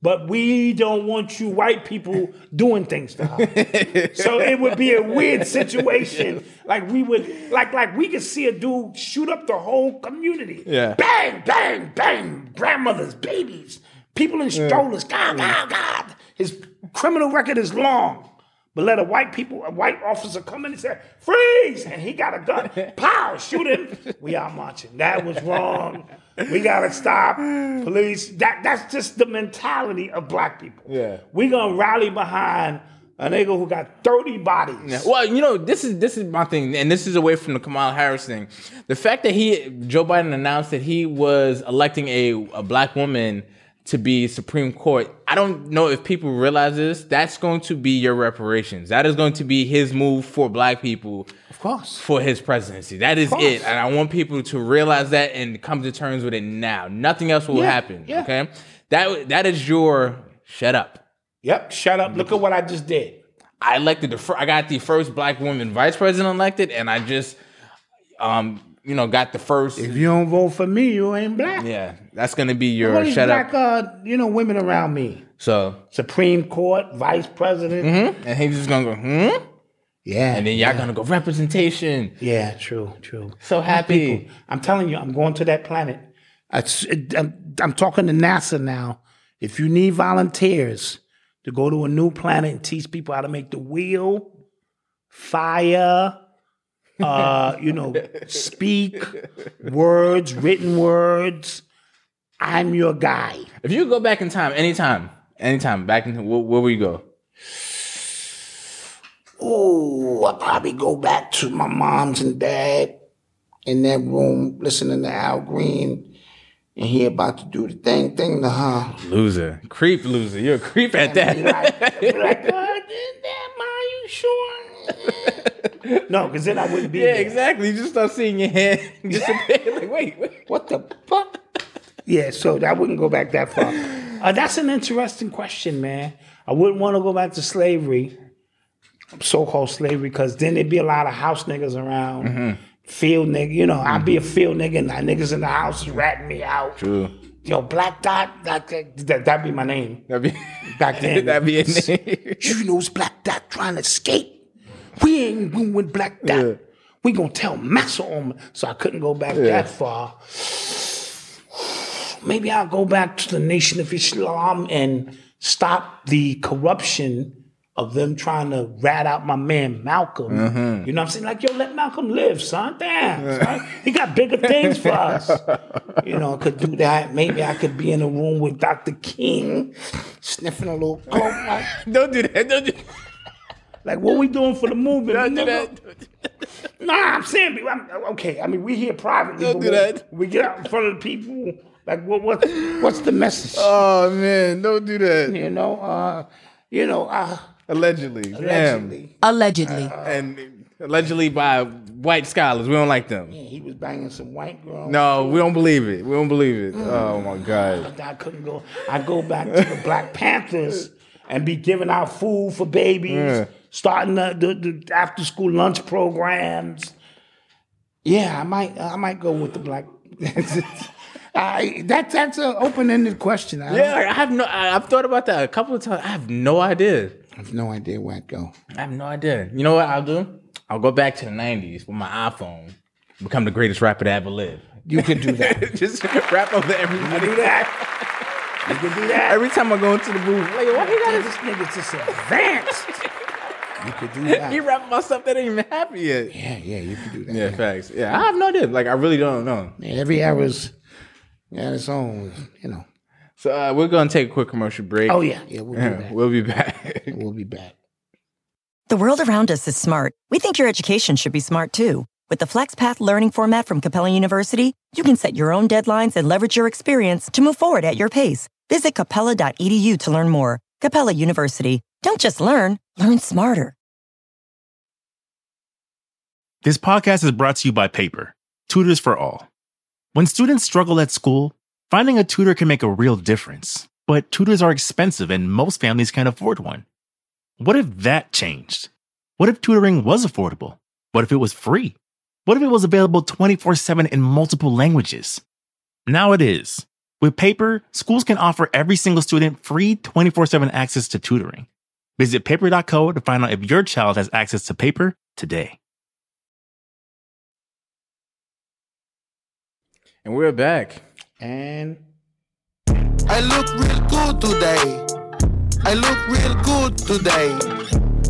E: but we don't want you white people doing things to her. so it would be a weird situation. Like we would, like like we could see a dude shoot up the whole community.
D: Yeah.
E: Bang, bang, bang. Grandmothers, babies, people in strollers. God, God, God. His criminal record is long. But let a white people, a white officer come in and say, freeze! And he got a gun. Pow! Shoot him. We are marching. That was wrong. We gotta stop. Police. That that's just the mentality of black people.
D: Yeah.
E: We're gonna rally behind a nigga who got 30 bodies.
D: Well, you know, this is this is my thing, and this is away from the Kamala Harris thing. The fact that he Joe Biden announced that he was electing a, a black woman to be Supreme Court, I don't know if people realize this. That's going to be your reparations. That is going to be his move for black people
E: Of course.
D: for his presidency. That is
E: course.
D: it. And I want people to realize that and come to terms with it now. Nothing else will
E: Yeah,
D: happen.
E: yeah.
D: Okay. That that is your shut up.
E: Yep. Shut up. Look at what I just did.
D: I elected the fir- I got the first black woman vice president elected, and I just, um, you know, got the first.
E: If you don't vote for me, you ain't black.
D: Yeah, that's gonna be
E: All
D: your
E: these
D: shut
E: black,
D: up.
E: uh, you know, women around me. Mm-hmm.
D: So,
E: Supreme Court, Vice President.
D: and he's just gonna go, hmm,
E: Yeah.
D: and then y'all gonna go representation.
E: yeah, true, true.
D: So happy.
E: I'm telling you, I'm going to that planet. I, am I'm talking to NASA now. If you need volunteers to go to a new planet and teach people how to make the wheel, fire, uh, you know, speak words, written words, I'm your guy.
D: If you could go back in time, anytime, anytime, back in where, where would you go?
E: Ooh, I'll probably go back to my mom's and dad in that room listening to Al Green and he about to do the thing thing to her.
D: Loser, creep, loser. You're a creep at that.
E: Like, be like, "Uh, did that, Ma, you sure? no, because then I wouldn't be
D: yeah,
E: there.
D: exactly. You just start seeing your hand disappear. like, wait, wait.
E: What the fuck? Yeah, so I wouldn't go back that far. Uh, that's an interesting question, man. I wouldn't want to go back to slavery, so-called slavery, because then there'd be a lot of house niggas around, field nigga. You know, I'd be a field nigga, and the niggas in the house is ratting me out.
D: True.
E: Yo, Black Dot, that, that, that'd be my name
D: That'd be
E: back then.
D: that'd be a name.
E: You know it's Black Dot trying to escape. We ain't going with Black Dot. We gonna tell Massa on me. So I couldn't go back that far. Maybe I'll go back to the Nation of Islam and stop the corruption of them trying to rat out my man Malcolm. You know what I'm saying? Like, yo, let Malcolm live, son. Damn, son. He got bigger things for us. You know, I could do that. Maybe I could be in a room with Dr. King, sniffing a little coke. Like,
D: Don't do that. Don't do
E: like, what we doing for the movement?
D: Don't do
E: nigga?
D: that. Don't do
E: Nah, I'm saying, people, I'm, okay. I mean, we here privately.
D: Don't
E: but
D: do
E: when
D: that.
E: We get out in front of the people. Like, what, what, what's the message?
D: Oh man, don't do that.
E: you know, uh, you know, uh,
D: Allegedly,
E: allegedly,
H: Allegedly.
E: Uh,
D: damn, and allegedly by white scholars. We don't like them.
E: he was banging some white girl.
D: No, we don't believe it. We don't believe it.
E: Mm.
D: Oh my god.
E: I couldn't go. I go back to the Black Panthers and be giving out food for babies, starting the, the, the after school lunch programs. Yeah, I might uh, I might go with the black. I, that that's an open ended question. I
D: Yeah, I have no. I, I've thought about that a couple of times. I have no idea.
E: have no idea where I'd go.
D: I have no idea. You know what I'll do? I'll go back to the '90s with my iPhone, become the greatest rapper to ever live.
E: You could do that.
D: Just rap over everybody.
E: do that. You could do that.
D: Every time I go into the booth, like, why he
E: Yeah,
D: got
E: this nigga just advanced. You could do that.
D: He rapping about stuff that ain't even happened yet.
E: Yeah, yeah, you could do that.
D: Yeah, facts. Yeah, I have no idea. Like, I really don't know.
E: Yeah, every era's got its own, you know.
D: So uh, we're gonna take a quick commercial break.
E: Oh yeah, yeah, we'll do
D: Yeah,
E: that.
D: we'll be back.
E: We'll be back.
I: The world around us is smart. We think your education should be smart too. With the FlexPath learning format from Capella University, you can set your own deadlines and leverage your experience to move forward at your pace. Visit capella.edu to learn more. Capella University. Don't just learn, learn smarter.
J: This podcast is brought to you by Paper, tutors for all. When students struggle at school, finding a tutor can make a real difference, but tutors are expensive and most families can't afford one. What if that changed? What if tutoring was affordable? What if it was free? What if it was available 24 7 in multiple languages? Now it is. With Paper, schools can offer every single student free 24 7 access to tutoring. Visit paper.co to find out if your child has access to paper today.
D: and we're back.
E: And
F: I look real good today. I look real good today.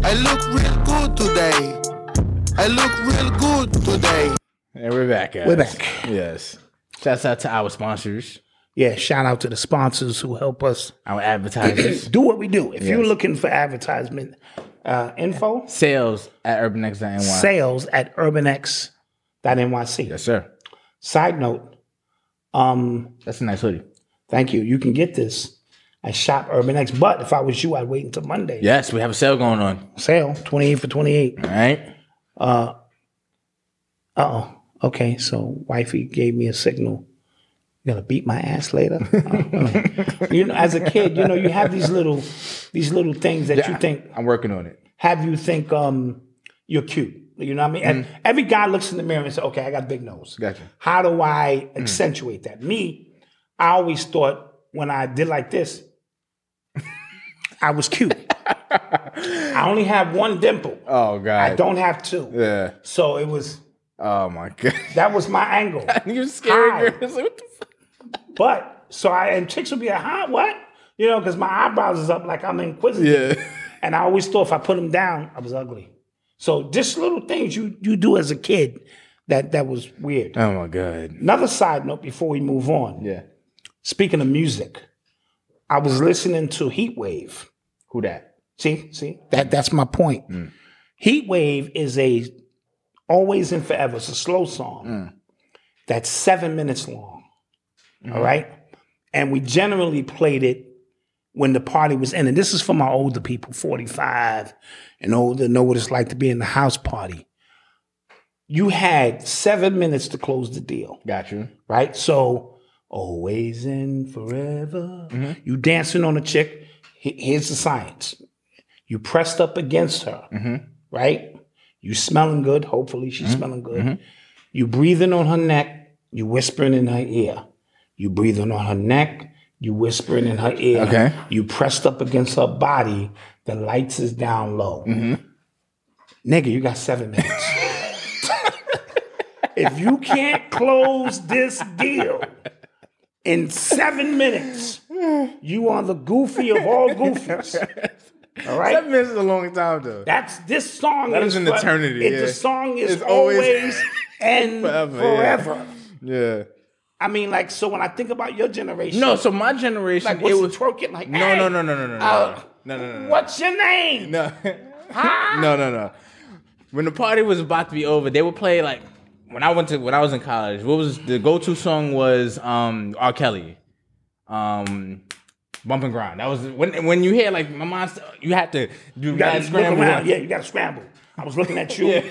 F: I look real good today. I look real good today.
D: And we're back, guys.
E: We're back.
D: Yes. Shouts out to our sponsors,
E: yeah, shout out to the sponsors who help us
D: our advertisers.
E: do what we do. If you're
D: Yes.
E: looking for advertisement, uh, info?
D: Sales at UrbanX.NY.
E: Sales at urbanx.nyc.
D: Yes, sir.
E: Side note, um,
D: That's a nice hoodie.
E: thank you. You can get this. I shop Urban X, but if I was you, I'd wait until Monday.
D: Yes, we have a sale going on.
E: Sale, 28 for 28.
D: All right.
E: Uh oh. Okay, so wifey gave me a signal. You gonna beat my ass later? Uh, you know, as a kid, you know, you have these little these little things that you think
D: I'm working on it.
E: have you think um you're cute. You know what I mean? And every guy looks in the mirror and says, Okay, I got a big nose.
D: Mm-hmm. Gotcha. Mm-hmm.
E: How do I accentuate that? Me, I always thought when I did like this, I was cute. I only have one dimple.
D: Oh God.
E: I don't have two.
D: Yeah.
E: So it was
D: Oh my God.
E: that was my angle.
D: You're scary.
E: Hi.
D: girls. What the fuck?
E: But so I and chicks would be like, huh, what? You know, because my eyebrows is up like I'm inquisitive.
D: Yeah.
E: And I always thought if I put them down, I was ugly. So just little things you you do as a kid that that was weird.
D: Oh my God.
E: Another side note before we move on.
D: Yeah.
E: Speaking of music, I was listening to Heatwave.
D: Who that? Mm.
E: See, see that that's my point. Heat wave is a always and forever. It's a slow song
D: Mm.
E: that's seven minutes long.
D: Mm-hmm.
E: All right, and we generally played it when the party was ending. This is for my older people, forty five and older, know what it's like to be in the house party. You had seven minutes to close the deal
D: Got you.
E: right? So always and forever. You dancing on a chick. He- Here's the science. You pressed up against her, right? You smelling good. Hopefully she's smelling good. You breathing on her neck. You whispering in her ear. You breathing on her neck. You whispering in her ear.
D: Okay.
E: You pressed up against her body. The lights is down low. Nigga, you got seven minutes. if you can't close this deal in seven minutes, you are the goofy of all goofies. All right.
D: Seven minutes is a long time though.
E: That's this song.
D: That
E: is
D: is an
E: for-
D: eternity,
E: It,
D: yeah.
E: The song is
D: It's
E: always,
D: always-
E: and forever.
D: Forever, yeah. yeah.
E: I mean, like, so when I think about your generation,
D: No, so my generation
E: like, what's
D: it
E: the
D: was
E: twerking like?
D: No,
E: hey,
D: no, no, no, no, no, no,
E: uh,
D: no, no, no, no.
E: What's your name?
D: No. no, no, no. When the party was about to be over, they would play like when I went to when I was in college. What was the go-to song was um R. Kelly, um, Bump and Grind. That was when when you hear like my mom, you had to do
E: You
D: mad
E: gotta look
D: scramble.
E: around. Yeah, you gotta scramble. I was looking at you,
D: Yeah.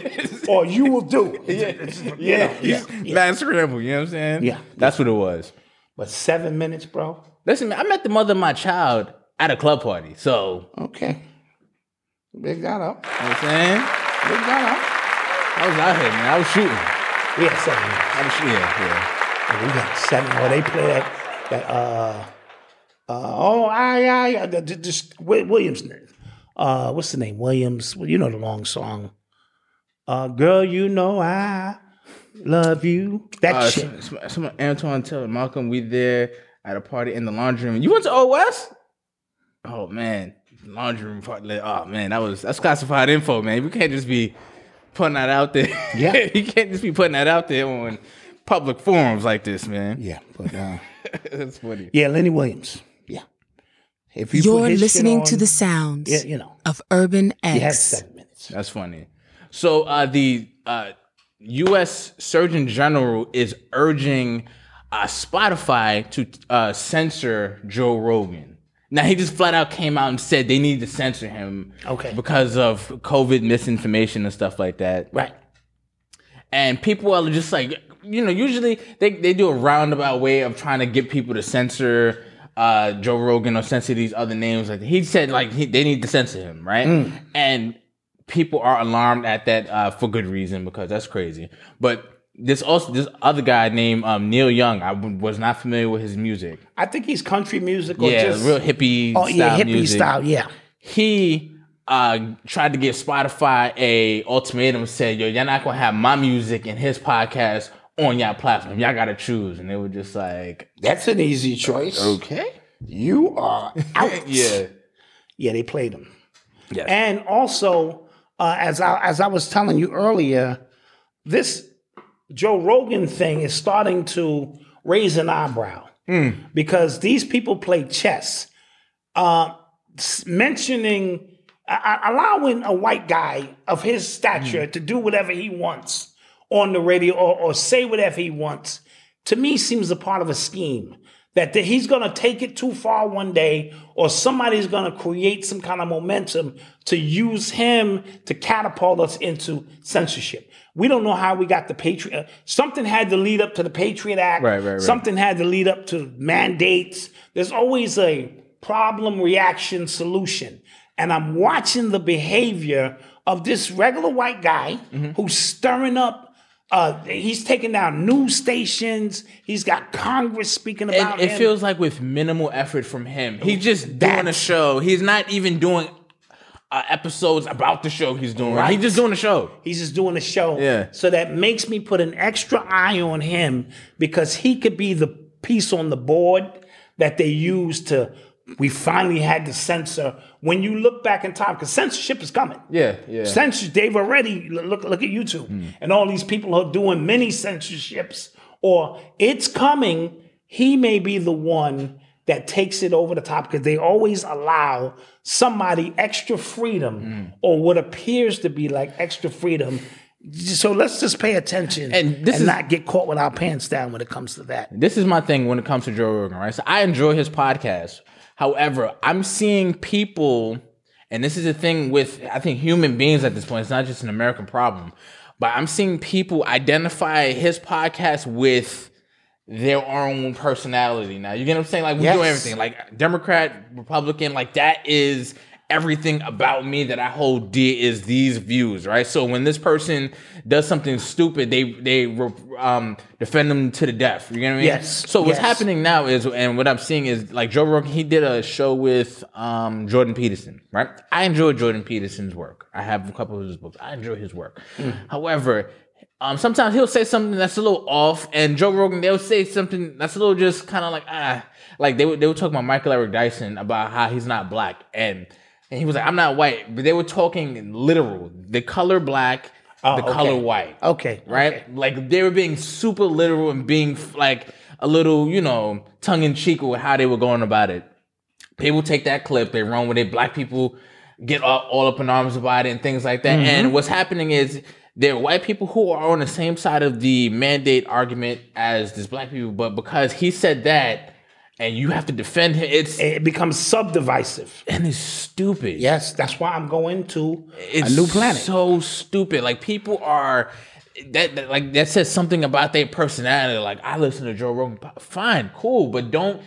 E: or you will do. It's-
D: yeah,
E: it's- you know,
D: yeah,
E: yeah, yeah.
D: mad scramble. You know what I'm saying?
E: Yeah.
D: that's what it was.
E: But seven minutes, bro.
D: Listen, man, I met the mother of my child at a club party. So, you
E: Okay. Big that up.
D: know what I'm saying?
E: Big that
D: I was out here, man. I was shooting.
E: up. We had seven minutes.
D: I was shooting. Yeah,
E: We got seven. Oh, they play that. That uh, uh oh, I, I, I the- the- just Wi- Williams. Uh, what's the name? Williams. Well, you know the long song. Uh, girl, you know I love you. That
D: yeah. Uh,
E: shit.
D: some, some, some Antoine Taylor, Malcolm, we there at a party in the laundry room. You went to Old West? Oh man, laundry room party. like, Oh man, that was that's classified info, man. We can't just be putting that out there.
E: Yeah.
D: you can't just be putting that out there on public forums like this, man.
E: Yeah, but uh,
D: that's funny.
E: yeah, Lenny Williams. Yeah. If you put
H: You're
E: his shit
H: listening to
E: on,
H: the sounds
E: yeah, you know,
H: of Urban
E: you have
H: X.
E: seven minutes.
D: That's funny. So uh, the uh, U.S. Surgeon General is urging uh, Spotify to uh, censor Joe Rogan. Now he just flat out came out and said they need to censor him,
E: Okay.
D: because of COVID misinformation and stuff like that
E: Right.
D: and people are just like you know usually they, they do a roundabout way of trying to get people to censor uh, joe rogan or censor these other names like he said like he, they need to censor him right
E: Mm.
D: and people are alarmed at that uh, for good reason because that's crazy but this also this other guy named um, neil young I w- was not familiar with his music
E: I think he's country music or
D: yeah
E: just
D: real hippie
E: oh
D: style
E: yeah, hippie
D: music
E: style. Yeah.
D: he uh, tried to give Spotify a ultimatum. Said, "Yo, y'all not gonna have my music and his podcast on y'all platform. Y'all gotta choose." And they were just like,
E: That's an easy choice.
D: Oh, "Okay,
E: You are out.
D: yeah,
E: Yeah, they played him.
D: Yes.
E: And also, uh, as I as I was telling you earlier, this Joe Rogan thing is starting to raise an eyebrow because these people play chess. Uh, s- mentioning I, I- allowing a white guy of his stature to do whatever he wants on the radio or, or say whatever he wants, to me seems a part of a scheme that th- he's going to take it too far one day or somebody's going to create some kind of momentum to use him to catapult us into censorship. We don't know how we got the Patriot. Something had to lead up to the Patriot Act.
D: Right, right, right.
E: Something had to lead up to mandates. There's always a problem, reaction, solution. And I'm watching the behavior of this regular white guy
D: Mm-hmm.
E: who's stirring up. Uh, he's taking down news stations. He's got Congress speaking about
D: And it
E: him.
D: feels like with minimal effort from him, he's just doing a
E: That's-
D: show. He's not even doing uh, episodes about the show he's doing.
E: Right.
D: He's just doing a show.
E: He's just doing a show.
D: Yeah.
E: So that makes me put an extra eye on him because he could be the piece on the board that they use to. We finally had to censor. When you look back in time, because censorship is coming.
D: Yeah, yeah.
E: Censorship. They've already look look at YouTube
D: Hmm.
E: and all these people are doing mini censorships. Or it's coming. He may be the one that takes it over the top because they always allow somebody extra freedom
D: Hmm.
E: or what appears to be like extra freedom. So let's just pay attention
D: And this is-
E: not get caught with our pants down when it comes to that.
D: This is my thing when it comes to Joe Rogan, right? So I enjoy his podcast. However, I'm seeing people, and this is the thing with I think human beings at this point, it's not just an American problem, but I'm seeing people identify his podcast with their own personality now. You get what I'm saying? Like we do
E: Yes.
D: everything. Like Democrat, Republican, like that is everything about me that I hold dear is these views, right? So when this person does something stupid, they they um, defend them to the death. You get what I mean?
E: Yes.
D: So what's
E: Yes.
D: happening now is, and what I'm seeing is like Joe Rogan. He did a show with um, Jordan Peterson, right? I enjoy Jordan Peterson's work. I have a couple of his books. I enjoy his work.
E: Mm.
D: However, um, sometimes he'll say something that's a little off, and Joe Rogan they'll say something that's a little just kind of like ah, like they would they would talk about Michael Eric Dyson about how he's not black, and and he was like I'm not white, but they were talking literal, the color black, the
E: Oh, okay.
D: color white,
E: Okay.
D: right? Like they were being super literal and being like a little you know tongue in cheek with how they were going about it. People take that clip, they run with it. Black people get all, all up in arms about it and things like
E: Mm-hmm.
D: that. And what's happening is there are white people who are on the same side of the mandate argument as this black people, but because he said that and you have to defend him, it's
E: It becomes subdivisive.
D: and it's stupid.
E: Yes, that's why I'm going to
D: it's
E: a new planet.
D: So stupid. Like people are that, that- like that says something about their personality. Like I listen to Joe Rogan. po- Fine, cool, but don't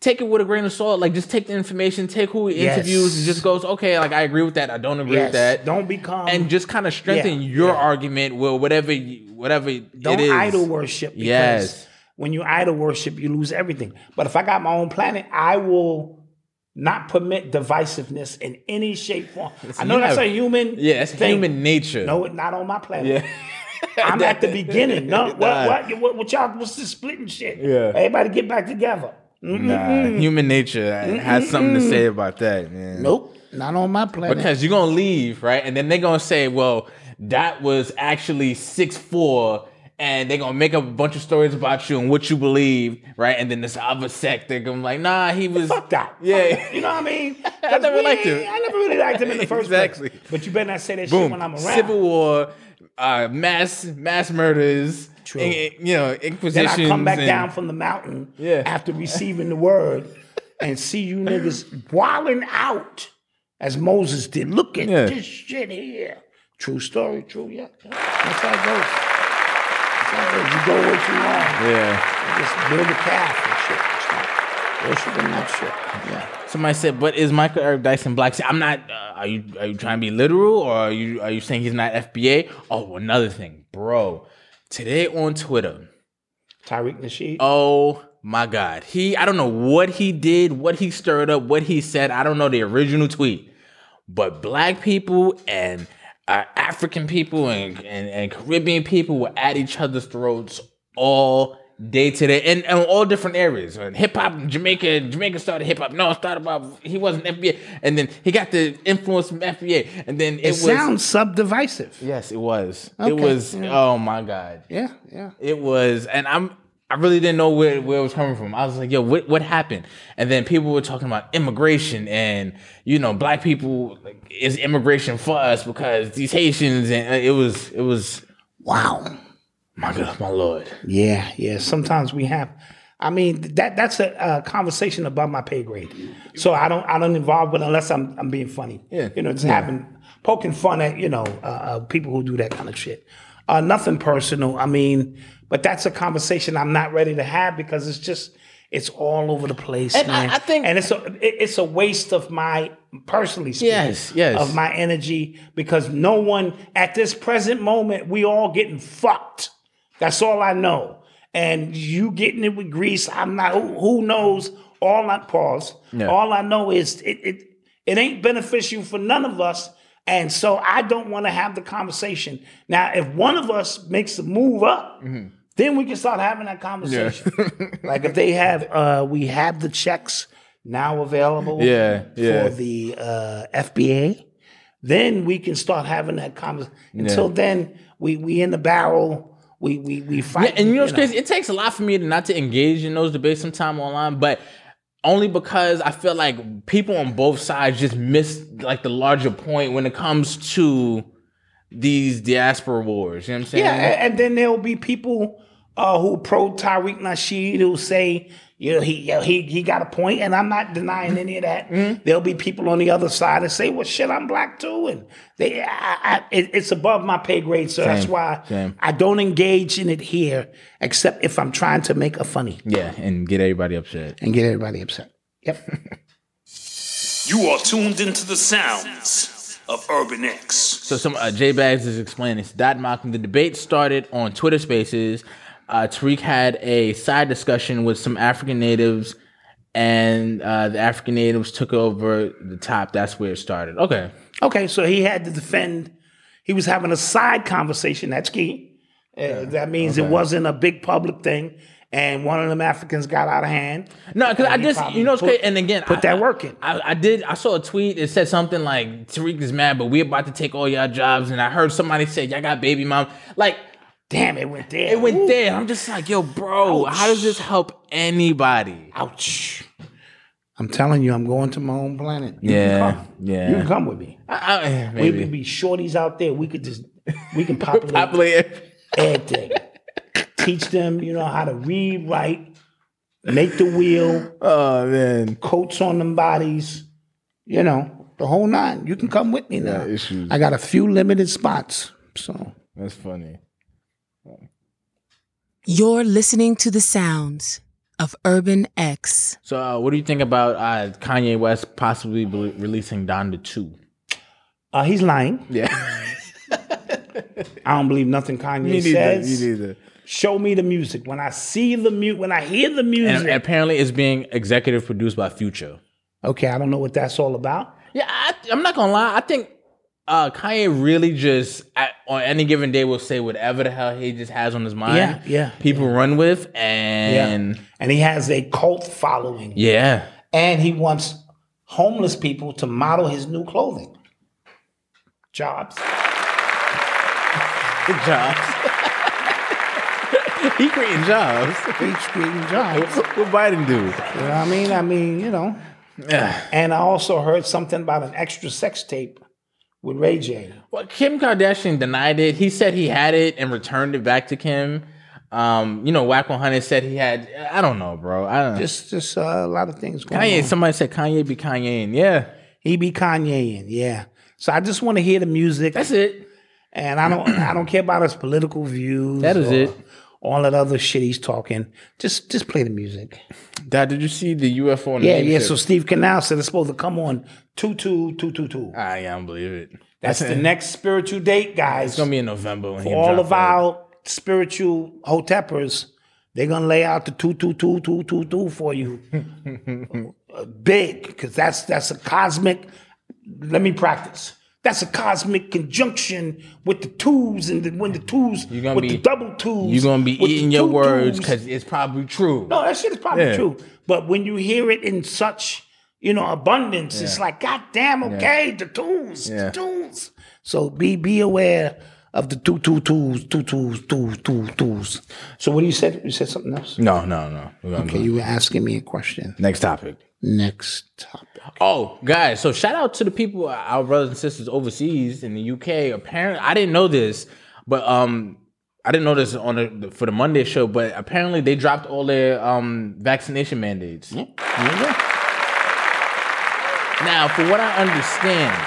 D: take it with a grain of salt. Like just take the information, take who he
E: Yes.
D: interviews, and just goes, okay, like I agree with that. I don't agree
E: Yes,
D: with that.
E: don't become-
D: and just kind of strengthen
E: Yeah,
D: your
E: yeah.
D: argument with whatever you, whatever
E: Don't
D: it is.
E: idol worship. Because
D: Yes.
E: When you idol worship, you lose everything. But if I got my own planet, I will not permit divisiveness in any shape, form. I know
D: you
E: that's
D: have-
E: a human.
D: Yeah, it's
E: thing.
D: human nature.
E: No, it not on my planet.
D: Yeah.
E: I'm at the beginning. No, what,
D: Nah.
E: what, what, what y'all? What's this splitting shit?
D: Yeah.
E: Everybody get back together. Mm-mm.
D: Nah, human nature has something to say about that, man.
E: Nope, not on my planet.
D: Because you're gonna leave, right? And then they're gonna say, well, that was actually six four, and they're gonna make up a bunch of stories about you and what you believe, right? And then this other sect, they're gonna be like, nah, he was
E: Fuck that.
D: Yeah.
E: You know what I mean? 'Cause
D: never
E: we
D: liked him.
E: ain't- I never really liked him in the first
D: Exactly.
E: place. But you better not say that shit when I'm
D: boom,
E: around.
D: civil war, uh, mass mass murders,
E: True.
D: in- you know,
E: Then
D: inquisitions.
E: I come back
D: and-
E: down from the mountain
D: Yeah.
E: after receiving the word and see you niggas wilding out as Moses did. Look at
D: Yeah.
E: this shit here. True story, true, yeah. yeah. That's how it goes. That's how it goes. You go way too long.
D: Yeah.
E: You Just build a calf and shit. Stop worshiping that shit. Yeah.
D: Somebody said, "But is Michael Eric Dyson black?" See, I'm not. Uh, are you are you trying to be literal, or are you are you saying he's not FBA? Oh, another thing, bro. Today on Twitter,
E: Tyreek Nasheed.
D: Oh my God. He, I don't know what he did, what he stirred up, what he said. I don't know the original tweet, but black people and uh, African people and, and, and Caribbean people were at each other's throats all day today and, and all different areas. And hip hop, Jamaica, Jamaica started hip hop. No, it started about, he wasn't FBA. And then he got the influence from FBA. And then it,
E: it
D: was.
E: sounds subdivisive.
D: yes, it was.
E: Okay,
D: It was,
E: yeah.
D: oh my God
E: Yeah, yeah.
D: it was and i'm I really didn't know where, where it was coming from. I was like, yo, what, what happened? And then people were talking about immigration and, you know, black people like, is immigration for us because these Haitians and it was, it was, wow. My God, my Lord.
E: Yeah, yeah. Sometimes we have. I mean, that that's a, uh conversation above my pay grade. So I don't I don't involve with it unless I'm I'm being funny.
D: Yeah.
E: you know, just having poking fun at you know uh, uh, people who do that kind of shit. Uh, nothing personal. I mean, but that's a conversation I'm not ready to have because it's just it's all over the place,
D: And I-
E: man.
D: I think-
E: and it's a it- it's a waste of my personally speaking
D: Yes, yes.
E: of my energy because no one at this present moment we all getting fucked. That's all I know. And you getting it with grease. I'm not. Who, who knows? All I pause.
D: Yeah.
E: All I know is it, it. It ain't beneficial for none of us. And so I don't want to have the conversation now. If one of us makes the move up,
D: Mm-hmm.
E: then we can start having that conversation. like if they have, uh, we have the checks now available.
D: Yeah, yeah.
E: For the uh, FBA, then we can start having that conversation. Until then, we we in the barrel. We we we
D: Yeah,
E: fight.
D: and you know what's crazy? It takes a lot for me to not to engage in those debates sometime online, but only because I feel like people on both sides just miss like the larger point when it comes to these diaspora wars. You know what I'm saying?
E: Yeah, a- and then there'll be people uh, who pro Tyreek Nasheed who say, you know, he you know, he he got a point, and I'm not denying any of that.
D: Mm-hmm.
E: There'll be people on the other side that say, well, shit, I'm black too, and they, I, I, it, it's above my pay grade, so that's
D: Same,
E: why
D: same.
E: I don't engage in it here, except if I'm trying to make a funny
D: Yeah, and get everybody upset.
E: and get everybody upset. Yep.
G: You are tuned into the sounds of Urban X.
D: So some uh, J Bags is explaining it's dot mocking. The debate started on Twitter Spaces. Uh, Tariq had a side discussion with some African natives, and uh, the African natives took over the top. That's where it started. Okay.
E: Okay, so he had to defend. He was having a side conversation. That's key. Uh, that means it wasn't a big public thing, and one of them Africans got out of hand.
D: No, because I
E: he
D: just
E: probably
D: you know it's
E: put-
D: crazy. And again,
E: put
D: I,
E: that work in.
D: I, I did. I saw a tweet. It said something like Tariq is mad, but we're about to take all y'all jobs. And I heard somebody say y'all got baby mom. Like
E: Damn, it went there.
D: it went
E: Ooh,
D: there. I'm just like, yo, bro, how does this help anybody?
E: Ouch. I'm telling you, I'm going to my own planet. You
D: Yeah,
E: can come.
D: yeah.
E: You can come with me.
D: I, I,
E: We
D: maybe
E: could be shorties out there. We could just we can populate
D: populate.
E: everything. Teach them, you know, how to read, write, make the wheel.
D: Oh man,
E: coats on them bodies, you know, the whole nine. You can come with me now. I got a few limited spots. So
D: that's funny.
H: You're listening to the sounds of Urban X.
D: So, uh, what do you think about uh, Kanye West possibly be- releasing Donda Two?
E: uh, he's lying.
D: Yeah,
E: I don't believe nothing Kanye says. Show me the music. When I see the mute, when I hear the music.
D: And apparently, it's being executive produced by Future.
E: okay, I don't know what that's all about.
D: Yeah, I, I'm not gonna lie. I think uh, Kanye really just at, on any given day will say whatever the hell he just has on his mind.
E: Yeah, yeah,
D: People run with, and
E: And he has a cult following.
D: yeah,
E: And he wants homeless people to model his new clothing. Jobs.
D: good jobs. he creating jobs.
E: He's creating jobs.
D: what Biden do?
E: You know what I mean? I mean, you know. and I also heard something about an extra sex tape with Ray J.
D: Well, Kim Kardashian denied it. He said he had it and returned it back to Kim. Um, you know, Whack 100 said he had. I don't know, bro. I don't.
E: Just, just uh, a lot of things going
D: Kanye.
E: on.
D: Somebody said Kanye be Kanye, and yeah,
E: He be Kanye in, yeah. So I just want to hear the music,
D: that's it.
E: and I don't, I don't care about his political views.
D: That is
E: or
D: it.
E: All that other shit he's talking. Just, just play the music.
D: Dad, did you see the UFO? on the
E: Yeah, yeah.
D: ship?
E: So Steve Canal said it's supposed to come on two two two two two.
D: Ah, I don't believe it.
E: That's the next spiritual date, guys.
D: It's gonna be in November when he
E: all
D: drop
E: of
D: that.
E: our spiritual hoteppers, they're gonna lay out the two two two two two two for you, Uh, big, because that's that's a cosmic. Let me practice. That's a cosmic conjunction with the twos and the, when the twos
D: You gonna
E: with
D: be-
E: the double twos.
D: You're gonna be
E: with the
D: eating your
E: two
D: words
E: twos.
D: because it's probably true.
E: no, that shit is probably
D: Yeah.
E: true. But when you hear it in such you know abundance, it's like God damn, okay, the twos,
D: Yeah.
E: the twos. So be be aware of the two two twos, two twos, two two twos. So what do you said? You said something else?
D: No, no, no. We're gonna
E: Okay,
D: move.
E: you were asking me a question.
D: Next topic.
E: Next topic.
D: Oh, guys! So shout out to the people, our brothers and sisters overseas in the UK. Apparently, I didn't know this, but um, I didn't know this on the, for the Monday show. But apparently, they dropped all their um vaccination mandates. Now, for what I understand,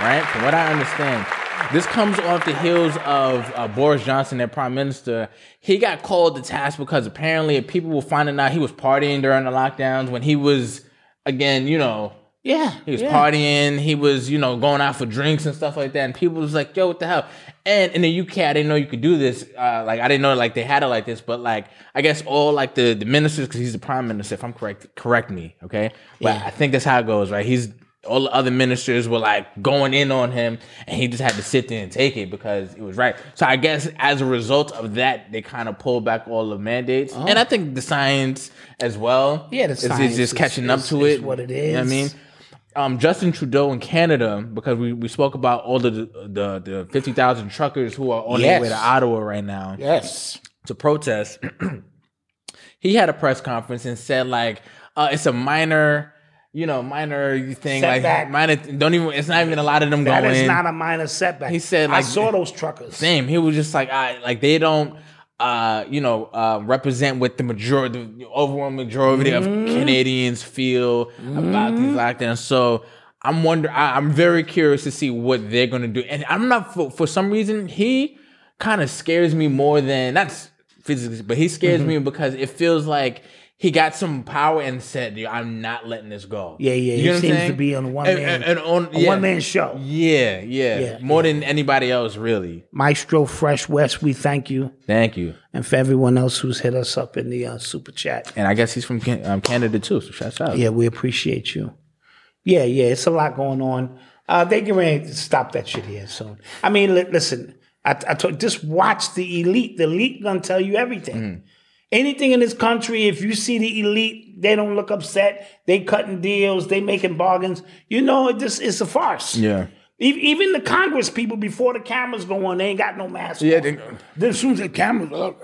D: right? From what I understand, this comes off the heels of uh, Boris Johnson, their prime minister. He got called to task because apparently people were finding out he was partying during the lockdowns when he was, again, you know,
E: Yeah,
D: he was
E: yeah.
D: partying. He was, you know, going out for drinks and stuff like that. And people was like, "Yo, what the hell?" And in the UK, I didn't know you could do this. Uh, like, I didn't know like they had it like this. But like, I guess all like the the ministers, because he's the prime minister. If I'm correct, correct me, okay? But I think that's how it goes, right? He's all the other ministers were like going in on him, and he just had to sit there and take it because it was right. So I guess as a result of that, they kind of pulled back all the mandates, and I think the science as well.
E: Uh-huh. Yeah, the
D: is, is
E: science is-
D: just catching up
E: is-
D: to
E: is
D: it.
E: what it
D: You know what I
E: is.
D: mean um, Justin Trudeau in Canada because we, we spoke about all the the, the fifty thousand truckers who are on their way to
E: Yes.
D: Ottawa right now
E: Yes.
D: to protest. he had a press conference and said like uh, it's a minor, you know, minor thing
E: Setback.
D: like minor. Don't even. It's not even a lot of them
E: That
D: going.
E: is not a minor setback.
D: He said, like-
E: I saw those truckers.
D: Same. He was just like I like they don't. Uh, you know, uh, represent what the majority, the overwhelming majority of
E: Mm-hmm.
D: Canadians feel about these lockdowns. So I'm wonder, I, I'm very curious to see what they're gonna do. And I'm not for, for some reason he kind of scares me more than that's physically, but he scares
E: Mm-hmm.
D: me because it feels like he got some power and said, "Yo, "I'm not letting this go."
E: Yeah, yeah.
D: You
E: he
D: know what I'm
E: seems to
D: saying?
E: be on one
D: And-
E: man,
D: and- and on-
E: a
D: yeah.
E: one man show.
D: Yeah, yeah,
E: Yeah,
D: more than anybody else, really.
E: Maestro Fresh West, we thank you,
D: Thank you.
E: and for everyone else who's hit us up in the uh, super chat.
D: And I guess he's from Can- um, Canada too, so shout out.
E: Yeah, we appreciate you. Yeah, yeah, it's a lot going on. Uh, they get ready to stop that shit here soon. I mean, li- listen, I, I told just watch the elite. The elite gonna tell you everything.
D: Mm.
E: Anything in this country, if you see the elite, they don't look upset. They cutting deals. They making bargains. You know, it just it's a farce.
D: Yeah.
E: E- Even the Congress people before the cameras go on, they ain't got no mask.
D: Yeah,
E: on.
D: they-
E: then as soon as the cameras up,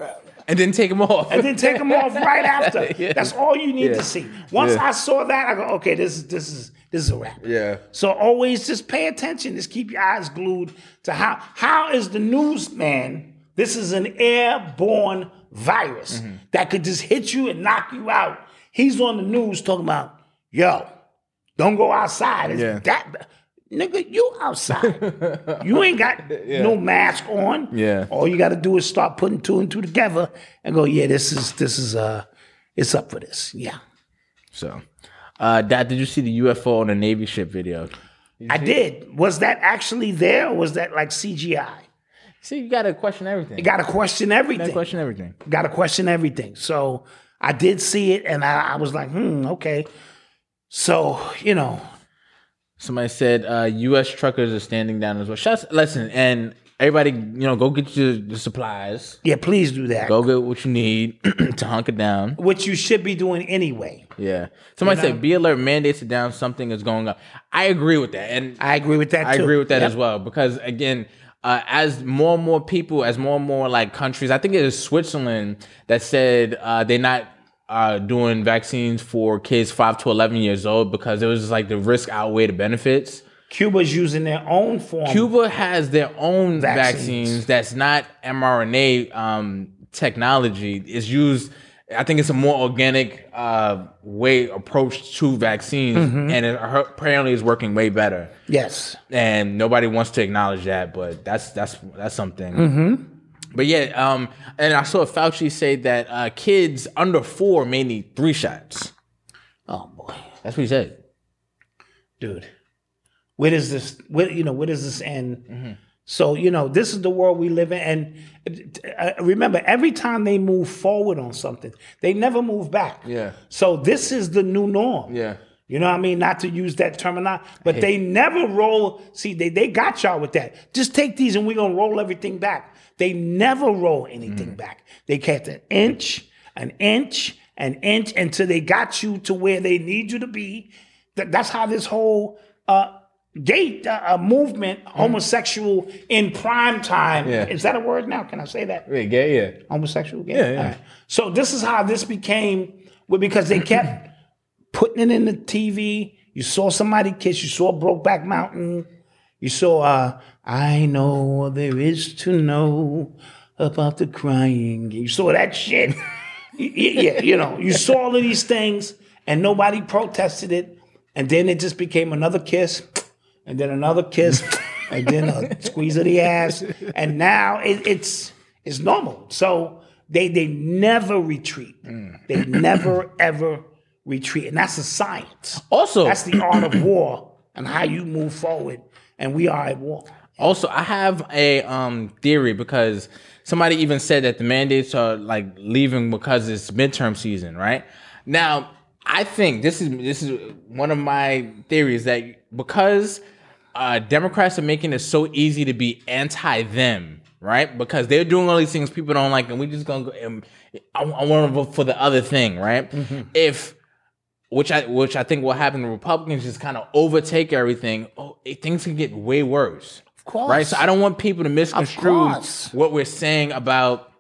D: And then take him off.
E: and then take them off right after.
D: Yeah.
E: That's all you need
D: Yeah.
E: to see. Once
D: Yeah.
E: I saw that, I go, okay, this is this is this is a wrap.
D: Yeah.
E: So always just pay attention. Just keep your eyes glued to how how is the newsman? This is an airborne virus
D: Mm-hmm.
E: that could just hit you and knock you out. He's on the news talking about, yo, don't go outside. It's
D: Yeah.
E: that nigga, you outside. you ain't got no mask on.
D: Yeah.
E: All you gotta do is start putting two and two together and go, yeah, this is this is uh it's up for this. Yeah.
D: so, uh, Dad, did you see the UFO on the Navy ship video?
E: I did. Was that actually there or was that like CGI?
D: See, you gotta question everything.
E: You gotta question
D: gotta
E: everything.
D: question everything.
E: gotta question everything. So I did see it and I, I was like, hmm, okay. So, you know,
D: Somebody said uh, U.S. truckers are standing down as well. Shouts, listen, and everybody, you know, go get your, your supplies.
E: yeah, please do that.
D: Go get what you need to hunker down.
E: Which you should be doing anyway.
D: Yeah. Somebody said, "Be alert! Mandates are down. Something is going on." I agree with that, and
E: I agree with that
D: I
E: too.
D: agree with that
E: Yep.
D: as well because again, uh, as more and more people, as more and more like countries, I think it is Switzerland that said uh, they're not uh, doing vaccines for kids five to eleven years old because it was just like the risk outweigh the benefits.
E: Cuba's using their own form.
D: Cuba has their own vaccines,
E: Vaccines.
D: that's not mRNA um, technology. It's used. I think it's a more organic uh, way approach to vaccines,
E: Mm-hmm.
D: and it apparently is working way better
E: Yes.
D: and nobody wants to acknowledge that, but that's that's that's something.
E: Mm-hmm.
D: But yeah, um, and I saw Fauci say that uh, kids under four may need three shots.
E: Oh boy.
D: That's what he said.
E: dude where does this where you know where does this end so you know this is the world we live in and uh, remember every time they move forward on something they never move back
D: Yeah.
E: so this is the new norm
D: Yeah.
E: you know what I mean? Not to use that terminology, but they never roll. See, they, they got y'all with that. Just take these and we're going to roll everything back. They never roll anything
D: Mm.
E: back. They kept an inch, an inch, an inch until they got you to where they need you to be. That, that's how this whole uh, gay uh, uh, movement, homosexual in prime time.
D: Mm. Yeah.
E: Is that a word now? Can I say that?
D: Yeah, gay, yeah.
E: Homosexual gay.
D: Yeah, yeah.
E: All right. So this is how this became, well, because they kept putting it in the TV. You saw somebody kiss. You saw Brokeback Mountain. You saw uh, I know all there is to know about the crying. You saw that shit. Y- y- yeah, you know, you saw all of these things, and nobody protested it. And then it just became another kiss, and then another kiss, and then a squeeze of the ass. And now it, it's it's normal. So they they never retreat.
D: Mm.
E: They never ever retreat, and that's a science.
D: Also,
E: That's the art of war and how you move forward. And we are at war.
D: Also, I have a um theory because somebody even said that the mandates are like leaving because it's midterm season, right? Now, I think this is this is one of my theories that because uh, Democrats are making it so easy to be anti them, right? Because they're doing all these things people don't like, and we just gonna go. And I, I want to vote for the other thing, right? If which I which I think will happen. The Republicans just kind of overtake everything. Oh, it, things can get way worse. Of
E: course.
D: right? So I don't want people to misconstrue
E: course.
D: what we're saying about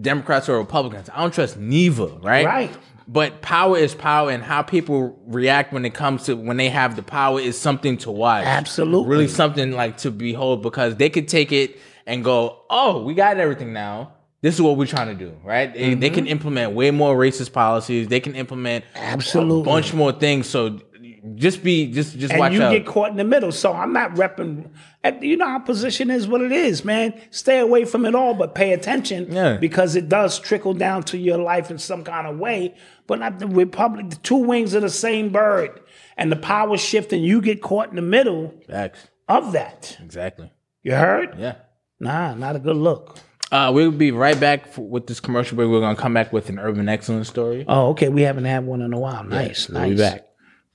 D: Democrats or Republicans. I don't trust neither, right?
E: Right.
D: But power is power, and how people react when it comes to when they have the power is something to watch.
E: Absolutely.
D: really something like to behold because they could take it and go, "Oh, we got everything now. This is what we're trying to do." Right? They,
E: Mm-hmm.
D: they can implement way more racist policies. They can implement
E: Absolutely.
D: a bunch more things. So just be just just
E: and
D: watch
E: you
D: out.
E: get caught in the middle. So I'm not repping. and You know, our position is what it is, man. Stay away from it all, but pay attention
D: Yeah.
E: because it does trickle down to your life in some kind of way. But not the Republic, the two wings of the same bird, and the power shift, and you get caught in the middle
D: Facts.
E: of that.
D: Exactly.
E: You heard?
D: Yeah.
E: Nah, not a good look.
D: Uh, we'll be right back f with this commercial break. We're gonna come back with an urban excellence story.
E: Oh, okay. We haven't had one in a while. Nice,
D: we'll
E: nice.
D: be back.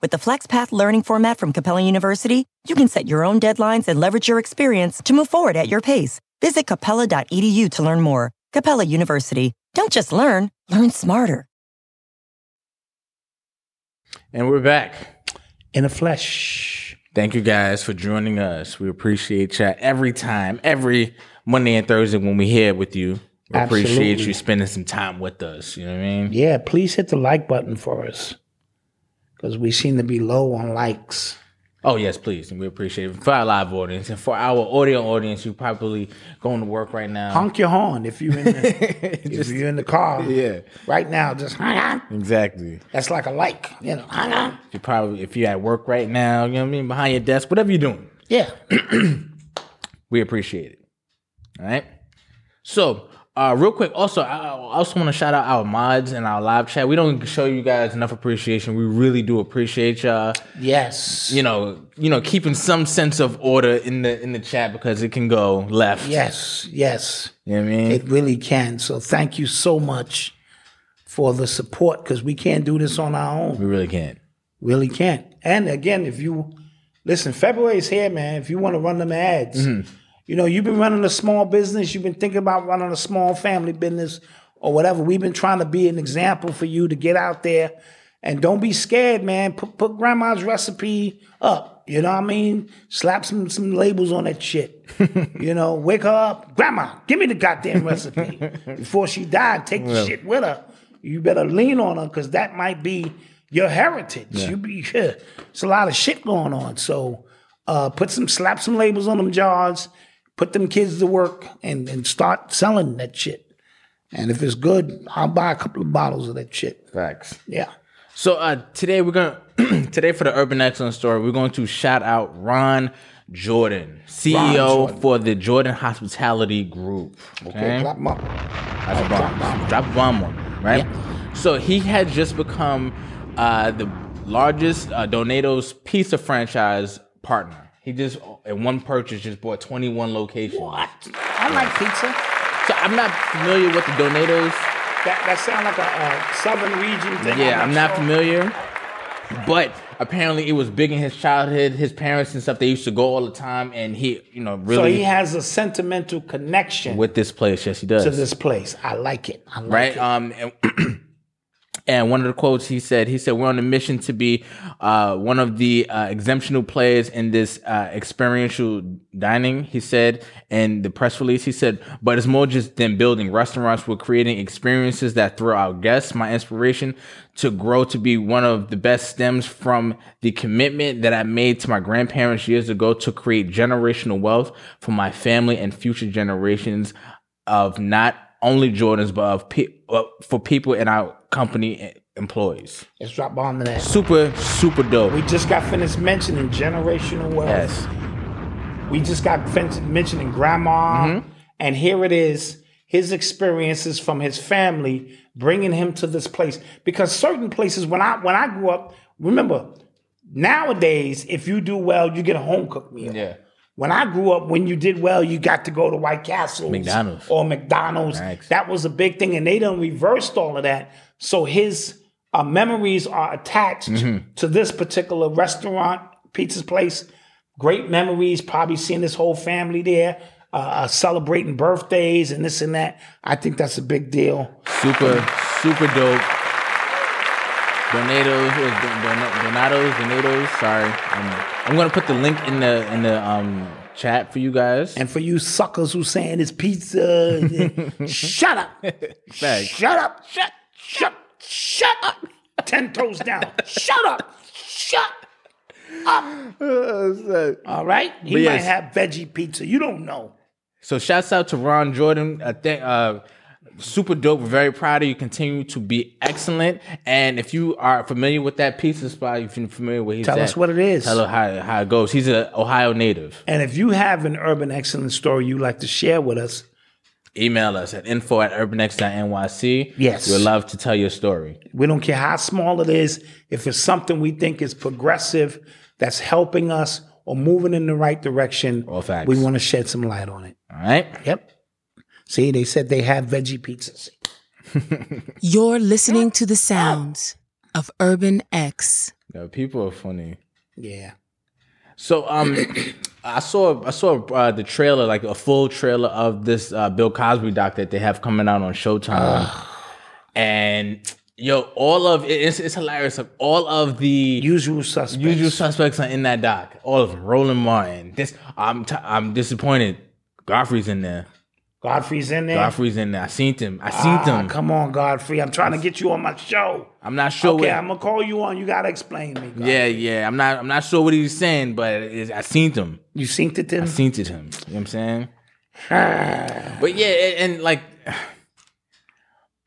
I: With the FlexPath learning format from Capella University, you can set your own deadlines and leverage your experience to move forward at your pace. Visit capella.edu to learn more. Capella University. Don't just learn, learn smarter.
D: And we're back.
E: In the flesh.
D: Thank you guys for joining us. We appreciate you every time, every Monday and Thursday when we're here with you. We appreciate
E: Absolutely.
D: you spending some time with us. You know what I mean?
E: Yeah, please hit the like button for us because we seem to be low on likes.
D: Oh yes, please. And we appreciate it for our live audience and for our audio audience. You're probably going to work right now.
E: Honk your horn if you're in the, if you're in the car.
D: Yeah.
E: Right now, just hang on.
D: Exactly.
E: That's like a like. You know, hang on.
D: You probably if you're at work right now, you know what I mean, behind your desk, whatever you're doing.
E: Yeah.
D: We appreciate it. All right. So, uh, real quick, also, I I also want to shout out our mods and our live chat. We don't show you guys enough appreciation. We really do appreciate y'all.
E: Yes.
D: You know, you know, keeping some sense of order in the in the chat because it can go left.
E: Yes. Yes.
D: You know what I mean?
E: It really can. So thank you so much for the support because we can't do this on our own.
D: we really can't.
E: Really can't. And again, if you listen, February's here, man. If you want to run them ads, you know, you've been running a small business, you've been thinking about running a small family business or whatever. We've been trying to be an example for you to get out there and don't be scared, man. Put put grandma's recipe up. You know what I mean? Slap some some labels on that shit. you know, wake her up. Grandma, give me the goddamn recipe. Before she died, take the shit with her. You better lean on her because that might be your heritage. You be yeah, it's a lot of shit going on. So uh, put some slap some labels on them jars, put them kids to work and, and start selling that shit. And if it's good, I'll buy a couple of bottles of that shit.
D: Facts.
E: Yeah.
D: So uh, today we're gonna today for the Urban Excellence Story we're going to shout out Ron Jordan, CEO for the Jordan Hospitality Group. Okay,
E: Clap 'em up.
D: That's a bomb. Drop a bomb on him, right? So he had just become uh, the largest uh, Donatos pizza franchise partner. He just in one purchase just bought 21 locations.
E: What? I like pizza.
D: So I'm not familiar with the Donatos.
E: That that sounds like a, uh southern region thing.
D: Yeah, I'm not
E: sure.
D: familiar. But apparently it was big in his childhood. His parents and stuff, they used to go all the time and he, you know,
E: So
D: really
E: he has a sentimental connection
D: with this place. Yes, he does.
E: to this place. I like it. I like
D: right?
E: it.
D: Um, and, and one of the quotes he said, he said, "We're on a mission to be uh, one of the uh, exemptional players in this uh, experiential dining." He said, and the press release, he said, "But it's more just than building restaurants. We're creating experiences that throw out guests. My inspiration to grow to be one of the best stems from the commitment that I made to my grandparents years ago to create generational wealth for my family and future generations." of not only Jordans but of pe- uh, for people in our company e- employees.
E: Let's drop bomb to that.
D: Super super dope.
E: We just got finished mentioning generational wealth.
D: yes,
E: We just got finished mentioning grandma, and here it is his experiences from his family bringing him to this place. Because certain places, when I when I grew up, remember nowadays, if you do well, you get a home cooked meal.
D: Yeah.
E: When I grew up, when you did well, you got to go to White Castle,
D: McDonald's.
E: or McDonald's.
D: Nice.
E: That was a big thing, and they done reversed all of that. So his uh, memories are attached to this particular restaurant, pizza's place. Great memories, probably seeing his whole family there, uh, uh, celebrating birthdays and this and that. I think that's a big deal.
D: super super dope. Donatos, it was don- don- donatos, donatos. Sorry, Um, I'm gonna put the link in the in the um chat for you guys.
E: And for you suckers who saying it's pizza, shut up.
D: Facts.
E: Shut up. Shut, shut, shut up. Ten toes down. Shut up. Shut up. All right? He
D: But
E: might
D: yes.
E: have veggie pizza. You don't know.
D: So shouts out to Ron Jordan. I think uh, super dope. We're very proud of you. Continue to be excellent. And if you are familiar with that pizza spot, if you're familiar with he's
E: Tell us
D: at,
E: what it is.
D: Tell us how, how it goes. He's an Ohio native.
E: And if you have an urban excellence story you'd like to share with us,
D: Email us at info at urbanx.nyc.
E: Yes.
D: We'd love to tell your story.
E: We don't care how small it is. If it's something we think is progressive, that's helping us or moving in the right direction,
D: All facts.
E: we want to shed some light on it.
D: All right?
E: Yep. See, they said they have veggie pizzas.
H: You're listening to the sounds of Urban X.
D: Yo, people are funny.
E: Yeah.
D: So um, I saw I saw uh, the trailer, like a full trailer of this uh, Bill Cosby doc that they have coming out on Showtime, and yo, all of it, it's, it's hilarious. Of all of the
E: Usual suspects.
D: usual suspects are in that doc, all of them. Roland Martin. This I'm t- I'm disappointed. Godfrey's in there.
E: Godfrey's in there.
D: Godfrey's in there. I seen him. I seen
E: Ah,
D: him.
E: come on, Godfrey. I'm trying to get you on my show.
D: I'm not sure.
E: okay,
D: what,
E: I'm gonna call you on. You gotta explain me. God.
D: Oh, yeah, yeah. I'm not. I'm not sure what he's saying, but it's, I seen him.
E: You synced it then?
D: I seen it him. You know what I'm saying? but yeah, and, and like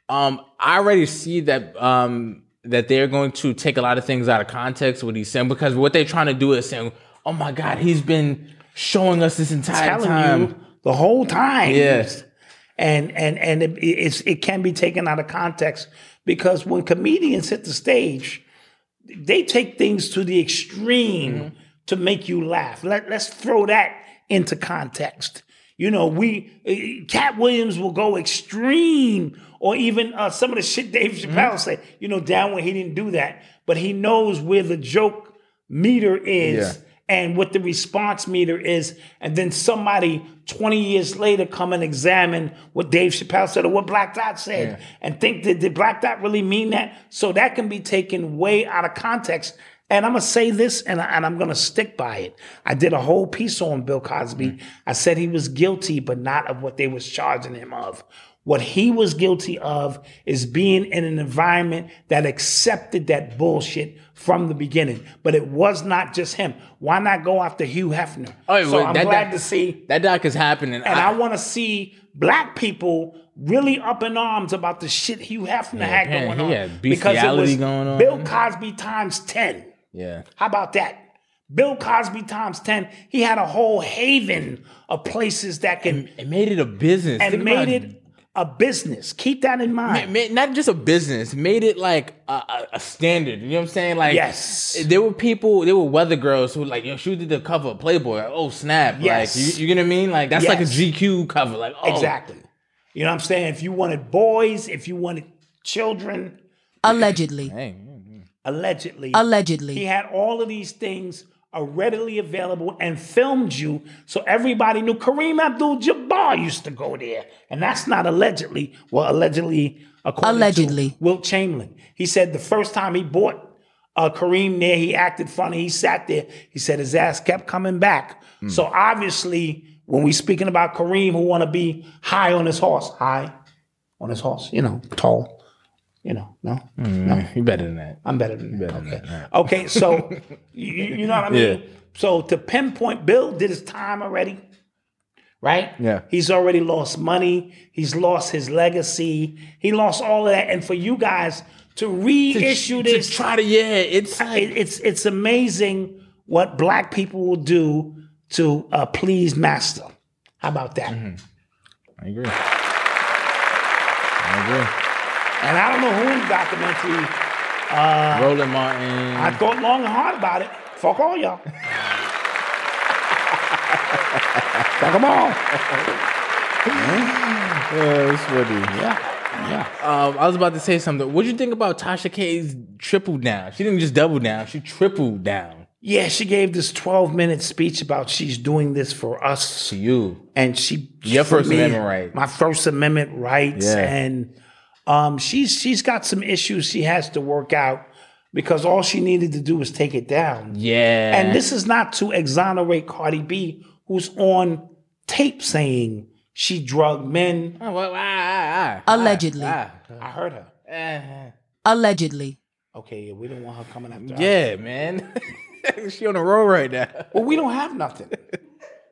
D: um I already see that um that they're going to take a lot of things out of context what he's saying because what they're trying to do is saying, Oh my god, he's been showing us this entire
E: telling
D: time.
E: you the whole time.
D: Yes.
E: and and and it, it's it can be taken out of context because when comedians hit the stage, they take things to the extreme to make you laugh. Let let's throw that into context. You know, we eh, Cat Williams will go extreme, or even uh, some of the shit Dave Chappelle say. You know, down when he didn't do that, but he knows where the joke meter is
D: Yeah.
E: and what the response meter is, and then somebody 20 years later come and examine what Dave Chappelle said or what Black Dot said and think that did Black Dot really mean that? So that can be taken way out of context. And I'm gonna say this and, I, and I'm gonna stick by it. I did a whole piece on Bill Cosby. I said he was guilty, but not of what they was charging him of. What he was guilty of is being in an environment that accepted that bullshit from the beginning. But it was not just him. Why not go after Hugh Hefner?
D: Oh,
E: so
D: well,
E: I'm
D: that-
E: glad
D: that-
E: to see,
D: That doc is happening.
E: and
D: I-
E: I, want to see black people really up in arms about the shit Hugh Hefner had
D: apparently
E: going on.
D: he had
E: because it
D: bestiality
E: was
D: going on.
E: Bill Cosby times ten.
D: yeah.
E: How about that? Bill Cosby times ten. He had a whole haven of places that can
D: It made it a business.
E: and
D: Think
E: made
D: about-
E: it a business. Keep that in mind.
D: ma- ma- not just a business, made it like a, a, a standard. You know what I'm saying? Like,
E: Yes.
D: there were people, there were weather girls who like, yo, she did the cover of Playboy. Like, oh snap!
E: Yes.
D: Like, you, you get what I mean? Like, that's like a
E: Yes.
D: GQ cover. Like, oh,
E: Exactly. You know what I'm saying? If you wanted boys, if you wanted children,
H: Allegedly.
E: allegedly.
H: Allegedly.
E: He had all of these things are readily available and filmed you so everybody knew Kareem Abdul Jabbar used to go there. And that's not allegedly, well, allegedly, according
H: Allegedly.
E: to Wilt Chamberlain. He said the first time he bought uh, Kareem there, he acted funny. He sat there. He said his ass kept coming back. So obviously, when we speaking about Kareem, who want to be high on his horse, high on his horse, you know, tall, you know, no, no.
D: You better than that.
E: I'm better than that.
D: than
E: okay. okay, so you, you know what I mean?
D: Yeah.
E: So to pinpoint, Bill did his time already, right?
D: Yeah.
E: He's already lost money. He's lost his legacy. He lost all of that. And for you guys to
D: to
E: reissue this,
D: try to yeah, it's
E: it- it's it's amazing what black people will do to uh, please master. How about that?
D: Mm-hmm. I agree. I
E: And I don't know who in the documentary.
D: agree. Roland Martin.
E: Uh, I thought long and hard about it. Fuck all y'all. Fuck them all.
D: Yeah, it's what it is.
E: Yeah.
D: Um, I was about to say something. What do you think about Tasha K's triple down? She didn't just double down; she tripled down
E: Yeah, she gave this 12 minute speech about she's doing this for us.
D: to you.
E: And she
D: Your
E: for
D: First Amendment right.
E: My First Amendment rights.
D: Yeah.
E: And um she's she's got some issues she has to work out because all she needed to do was take it down.
D: Yeah,
E: And this is not to exonerate Cardi B, who's on tape saying she drugged men.
D: Ah, well, ah, ah, ah,
H: Allegedly.
D: ah, ah,
E: I heard her.
D: ah.
H: Allegedly.
E: Okay, yeah, we don't want her coming after us.
D: yeah, man. she on a roll right now.
E: Well, we don't have nothing.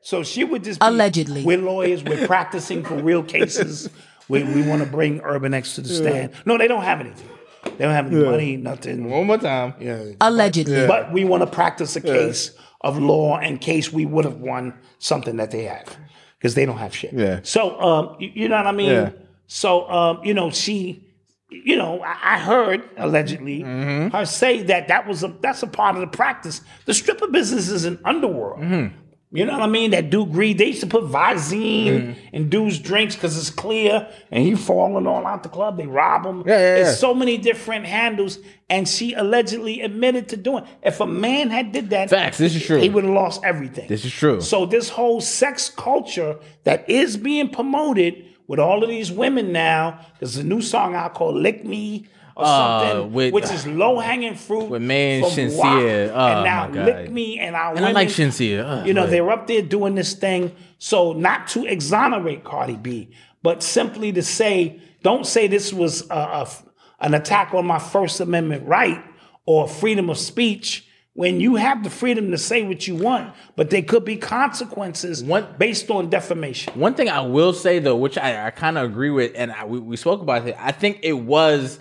E: So she would just be,
H: Allegedly.
E: We're lawyers. We're practicing for real cases. We, we want to bring Urban X to the stand. No, they don't have anything. They don't have any money, nothing.
D: One more time.
E: Yeah.
H: Allegedly.
E: But we want to practice a case of law in case we would have won something that they have because they don't have shit.
D: Yeah.
E: So, um, you, you know what I mean?
D: Yeah.
E: So, um, you know, she, you know, I, I heard allegedly
D: Mm-hmm.
E: her say that that was a that's a part of the practice. The stripper business is an underworld.
D: Mm-hmm.
E: You know what I mean? That dude Greed, they used to put Visine
D: Mm-hmm.
E: in dudes' drinks because it's clear and he falling all out the club. They rob him.
D: Yeah, yeah,
E: it's
D: yeah.
E: so many different handles, and she allegedly admitted to doing. If a man had did that,
D: Facts. This is true.
E: he would have lost everything.
D: This is true.
E: So this whole sex culture that is being promoted with all of these women now, there's a new song out called "Lick Me" or
D: Uh,
E: something,
D: with-
E: which is low hanging fruit.
D: with May and
E: from
D: Shinsia.
E: WAP.
D: Oh,
E: and now
D: my God.
E: "Lick Me" and our
D: And I
E: women-
D: like Shinsia. Uh,
E: you know,
D: but-
E: they're up there doing this thing. So not to exonerate Cardi B, but simply to say, don't say this was a, a f- an attack on my First Amendment right or freedom of speech. When you have the freedom to say what you want, but there could be consequences
D: What-
E: based on defamation.
D: One thing I will say though, which I, I kind of agree with, and I, we, we spoke about it, I think it was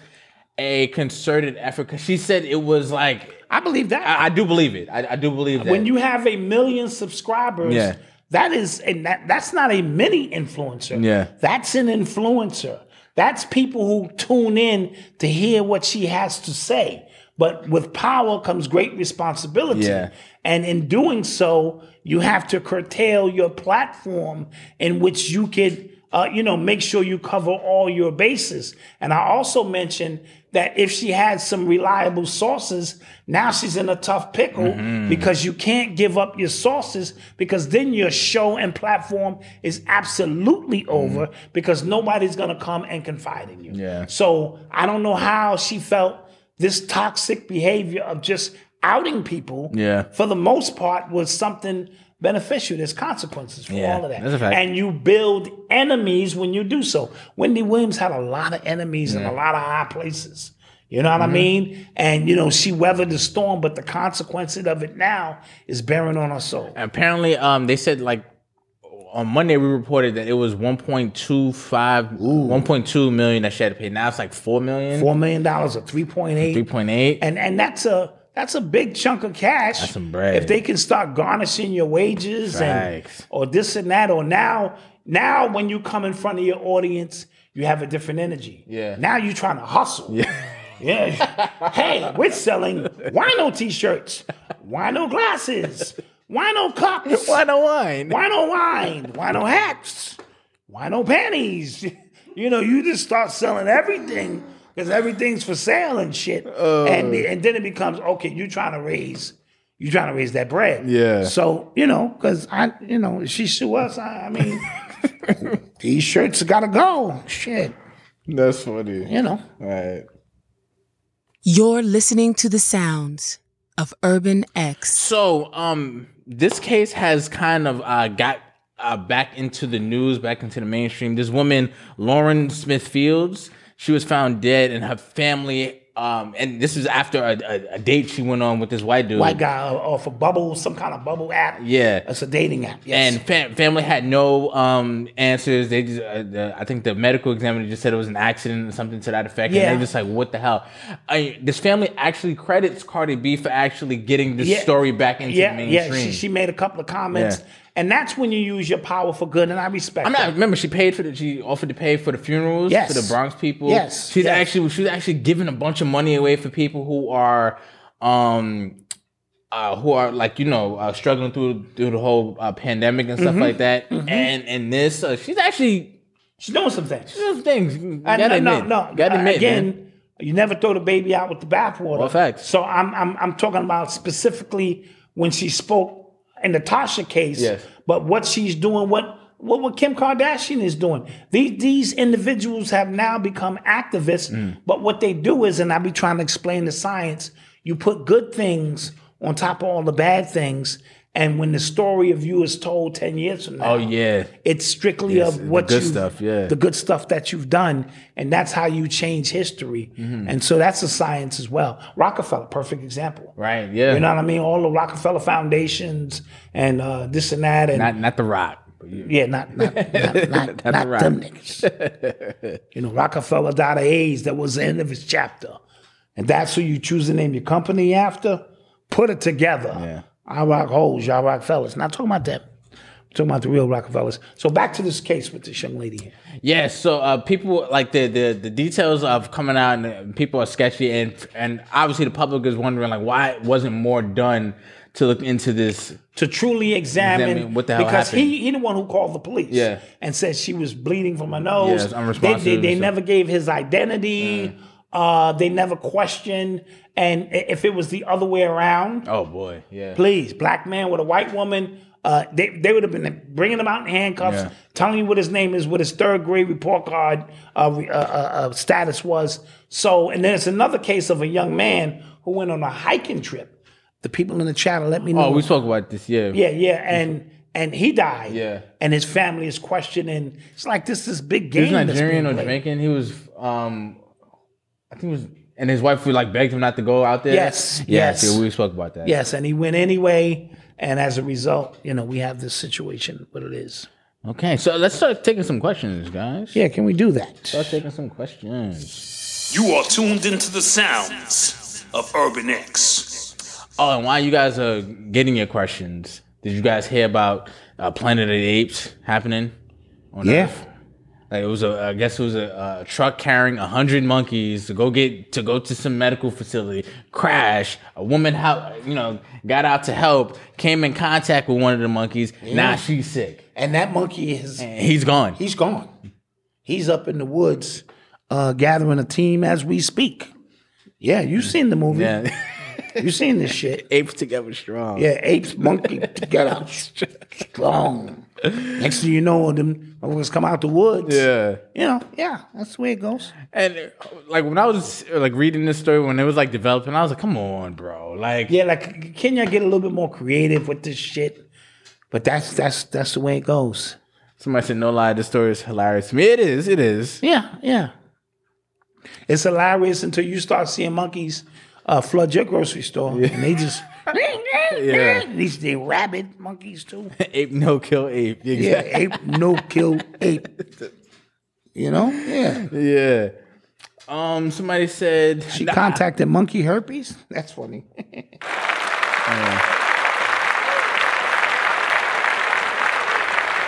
D: a concerted effort because she said it was like
E: I believe that.
D: I, I do believe it. I, I do believe that.
E: when you have a million subscribers,
D: Yeah.
E: that is and that that's not a mini influencer.
D: Yeah.
E: That's an influencer. That's people who tune in to hear what she has to say. But with power comes great responsibility.
D: Yeah.
E: And in doing so, you have to curtail your platform in which you could, uh, you know, make sure you cover all your bases. And I also mentioned that if she had some reliable sources, now she's in a tough pickle because you can't give up your sources because then your show and platform is absolutely over because nobody's going to come and confide in you.
D: Yeah.
E: So I don't know how she felt this toxic behavior of just outing people
D: Yeah.
E: for the most part, was something beneficial. There's consequences for
D: Yeah,
E: all of that.
D: that's a fact.
E: And you build enemies when you do so. Wendy Williams had a lot of enemies in a lot of high places. You know what
D: Mm-hmm.
E: I mean? And, you know, she weathered the storm, but the consequences of it now is bearing on her soul.
D: apparently um they said like on Monday we reported that it was 1.25 1.2 million that she had to pay. Now it's like 4 million,
E: $4 million or 3.8.
D: 3.8.
E: and and that's a that's a big chunk of cash.
D: That's some bread.
E: If they can start garnishing your wages
D: Facts.
E: and or this and that, or now now when you come in front of your audience, you have a different energy.
D: Yeah.
E: Now you're trying to hustle. Yeah. Yeah. hey, we're selling wino t-shirts, wino glasses, wino cups,
D: Why the wine?
E: wino wine, wino hats, wino panties. You know, you just start selling everything because everything's for sale and shit.
D: Oh.
E: and the- and then it becomes okay. You trying to raise, you trying to raise that bread.
D: Yeah.
E: So you know, because I, you know, if she sue us. I, I mean, these shirts gotta go. Shit.
D: That's funny.
E: You know.
D: All right.
H: You're listening to the sounds of Urban X.
D: So, um, this case has kind of uh, got uh, back into the news, back into the mainstream. This woman, Lauren Smith Fields, she was found dead, and her family. Um, and this is after a, a, a date she went on with this white dude.
E: White guy uh, off a bubble, some kind of bubble app.
D: Yeah.
E: It's a dating app. Yes.
D: And fam- family had no um, answers. They just, uh, the, I think the medical examiner just said it was an accident or something to that effect.
E: Yeah.
D: And they just like, what the hell? I, this family actually credits Cardi B for actually getting this
E: Yeah.
D: story back into
E: yeah,
D: the
E: yeah.
D: mainstream.
E: She, she made a couple of comments,
D: Yeah.
E: and that's when you use your power for good. And I respect.
D: I'm not.
E: that.
D: Remember, she paid for the. She offered to pay for the funerals
E: Yes.
D: for the Bronx people.
E: Yes,
D: she's
E: yes.
D: actually she's actually giving a bunch of money away for people who are, um, uh, who are like you know uh, struggling through through the whole uh, pandemic and stuff
E: Mm-hmm.
D: like that. And and this, uh, she's actually
E: She's doing some things.
D: doing things.
E: And
D: Gotta
E: no,
D: admit.
E: no, no.
D: Gotta admit,
E: Again,
D: man.
E: you never throw the baby out with the bathwater.
D: Well, facts.
E: So I'm, I'm, I'm talking about specifically when she spoke in the Tasha case.
D: Yes.
E: But what she's doing, what what, what Kim Kardashian is doing. These these individuals have now become activists.
D: Mm.
E: But what they do is, and I be trying to explain the science. You put good things on top of all the bad things, and when the story of you is told ten years from now,
D: Oh yeah.
E: it's strictly
D: Yes,
E: of
D: the
E: what
D: good
E: you-
D: stuff, yeah.
E: the good stuff that you've done, and that's how you change history.
D: Mm-hmm.
E: And so that's a science as well. Rockefeller, perfect example.
D: Right. Yeah.
E: You know what I mean? All the Rockefeller foundations and uh, this and that, and
D: not not the rock. but you-
E: yeah, not not not, not,
D: Not
E: not
D: the
E: them niggas. you know, Rockefeller died of AIDS. That was the end of his chapter, and that's who you choose to name your company after. Put it together. I rock hoes, y'all rock fellas. Not talking about them. I'm talking about the real Rockefellers. So back to this case with this young lady here.
D: Yeah, so uh, people like the, the the details of coming out and uh, people are sketchy and and obviously the public is wondering like why wasn't more done to look into this.
E: to truly examine,
D: Examine what the hell
E: because
D: happened.
E: he he the one who called the police
D: Yeah.
E: and said she was bleeding from her nose.
D: Yeah, it's
E: they
D: unresponsive
E: they, they
D: and stuff.
E: never gave his identity. Uh, they never questioned. And i- if it was the other way around,
D: Oh boy, yeah.
E: please, black man with a white woman, uh, they they would have been bringing him out in handcuffs,
D: Yeah.
E: telling you what his name is, what his third grade report card uh, re- uh, uh, uh, status was. So, and then it's another case of a young man who went on a hiking trip. The people in the chat will let me know.
D: Oh, we spoke about this. Yeah,
E: Yeah, yeah, and and he died.
D: Yeah.
E: and his family is questioning. It's like this this big
D: He
E: game.
D: was Nigerian or
E: that's being played.
D: Jamaican. He was, um, I think it was, and his wife we like begged him not to go out there.
E: Yes,
D: yeah,
E: yes.
D: yeah, we spoke about that.
E: Yes, and he went anyway, and as a result, you know, we have this situation. What it is?
D: Okay, so let's start taking some questions, guys.
E: Yeah, can we do that?
D: Start taking some questions.
G: You are tuned into the sounds of Urban X.
D: Oh, and while you guys are getting your questions, did you guys hear about uh, Planet of the Apes happening? On
E: Yeah.
D: Earth? Like it was a, I guess it was a, a truck carrying a hundred monkeys to go get to go to some medical facility. Crash. A woman, how you know, got out to help. Came in contact with one of the monkeys. Now she's sick.
E: And that monkey is
D: And he's gone.
E: he's gone. He's up in the woods, uh, gathering a team as we speak. Yeah, you seen the movie.
D: yeah.
E: You seen this shit.
D: Apes together strong.
E: Yeah, apes, monkey, get out strong. Next thing you know, them motherfuckers come out the woods.
D: Yeah.
E: you know, yeah, that's the way it goes.
D: And uh, like when I was uh, like reading this story when it was like developing, I was like, come on, bro. Like
E: Yeah, like can y'all get a little bit more creative with this shit? But that's that's that's the way it goes.
D: Somebody said, "No lie, this story is hilarious to me." It is. It is.
E: Yeah, yeah. It's hilarious until you start seeing monkeys uh, flood your grocery store, and they just
D: Yeah.
E: these they rabid monkeys too.
D: ape no kill ape.
E: Yeah,
D: Exactly.
E: ape no kill ape. You know, yeah.
D: Yeah. Um. Somebody said
E: She contacted monkey herpes. That's funny.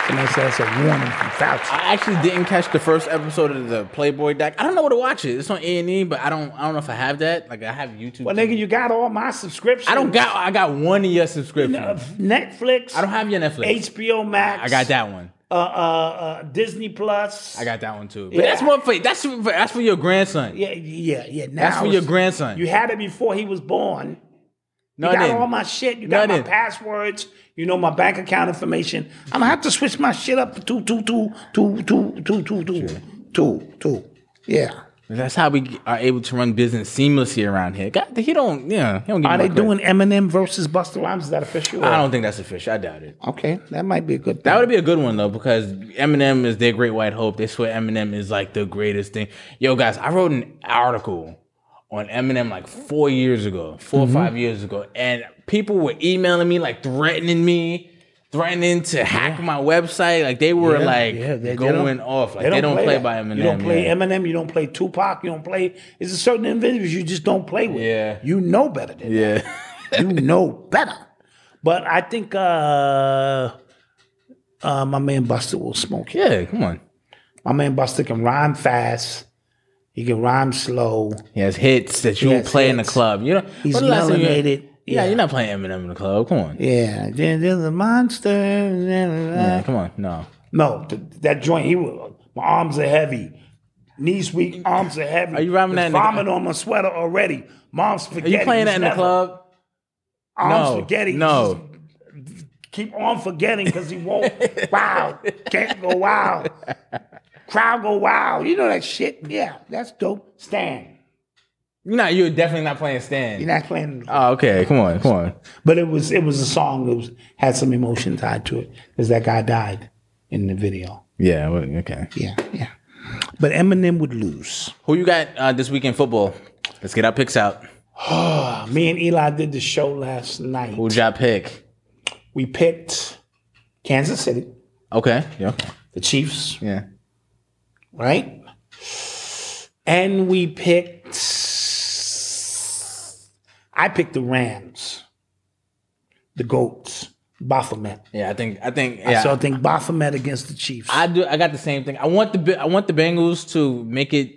E: Somebody said that's a warning from Fauci.
D: I actually didn't catch the first episode of the Playboy doc. I don't know where to watch it. It's on A and E, but I don't. I don't know if I have that. Like I have YouTube.
E: Well, nigga, you got all my subscriptions.
D: I don't got. I got one of your subscriptions.
E: Netflix.
D: I don't have your Netflix.
E: HBO Max.
D: I got that one.
E: uh, uh, uh, Disney Plus.
D: I got that one too. But that's more for that's for, that's for your grandson.
E: Yeah, yeah, yeah. Now
D: That's for your
E: it's-
D: grandson.
E: You had it before he was born.
D: no,
E: you
D: I
E: got
D: didn't.
E: all my shit. You
D: No, I
E: got my
D: didn't.
E: passwords. You know my bank account information. I'm gonna have to switch my shit up to two, two, two, two, two, two, two, two, two, two. Yeah.
D: That's how we are able to run business seamlessly around here. God, he don't. Yeah, he don't. Give
E: Are
D: me
E: they
D: no credit.
E: doing Eminem versus Buster Rhymes? Is that official?
D: I don't think that's official. I doubt it.
E: Okay, that might be a good.
D: That
E: thing.
D: would be a good one though, because Eminem is their great white hope. They swear Eminem is like the greatest thing. Yo, guys, I wrote an article on Eminem like four years ago, 4
E: Mm-hmm.
D: or five years ago, and people were emailing me, like threatening me, threatening to hack my website. Like they were
E: Yeah,
D: like
E: yeah, they- they
D: going
E: don't-
D: off. Like they don't, play,
E: that.
D: by Eminem.
E: You don't play
D: yeah.
E: Eminem. You don't play Tupac. You don't play. It's a certain individuals you just don't play with.
D: Yeah.
E: You know better than
D: Yeah.
E: that. You know better. But I think uh, uh, my man Buster will smoke it.
D: yeah, come on.
E: My man Buster can rhyme fast. He can rhyme slow.
D: He has hits that you
E: He
D: will
E: has
D: play in the
E: hits.
D: club. You know,
E: He's
D: when the last time you-
E: melanated.
D: Yeah,
E: Yeah.
D: you're not playing Eminem in the club. Come on.
E: Yeah. Then there's a monster.
D: Yeah, come on. No.
E: No, th- that joint. He was, my arms are heavy, knees weak, arms are heavy.
D: Are you rhyming that
E: There's
D: in the-
E: Vomit on my sweater already. Mom's
D: Are
E: spaghetti.
D: you playing that
E: It's
D: in the
E: never-
D: club?
E: Mom's
D: No,
E: spaghetti.
D: no.
E: Just Keep on forgetting because he won't. wow, can't go wild. Crowd go wild. You know that shit. Yeah, that's dope. Stan,
D: You're not. You're definitely not playing Stan.
E: you're not playing,
D: Oh, okay. Come on. Come on.
E: but it was it was a song that was had some emotion tied to it because that guy died in the video.
D: Yeah. well, Okay.
E: Yeah, yeah. But Eminem would lose.
D: Who you got uh, this weekend football? Let's get our picks out.
E: Uh, Me and Eli did the show last night.
D: Who'd y'all pick?
E: We picked Kansas City,
D: Okay. Yeah.
E: the Chiefs,
D: Yeah.
E: right? And we picked. I picked the Rams, the Goats, Baphomet.
D: Yeah. I think. I think. Yeah.
E: So I think Baphomet against the Chiefs.
D: I do. I got the same thing. I want the. Ba- I want the Bengals to make it.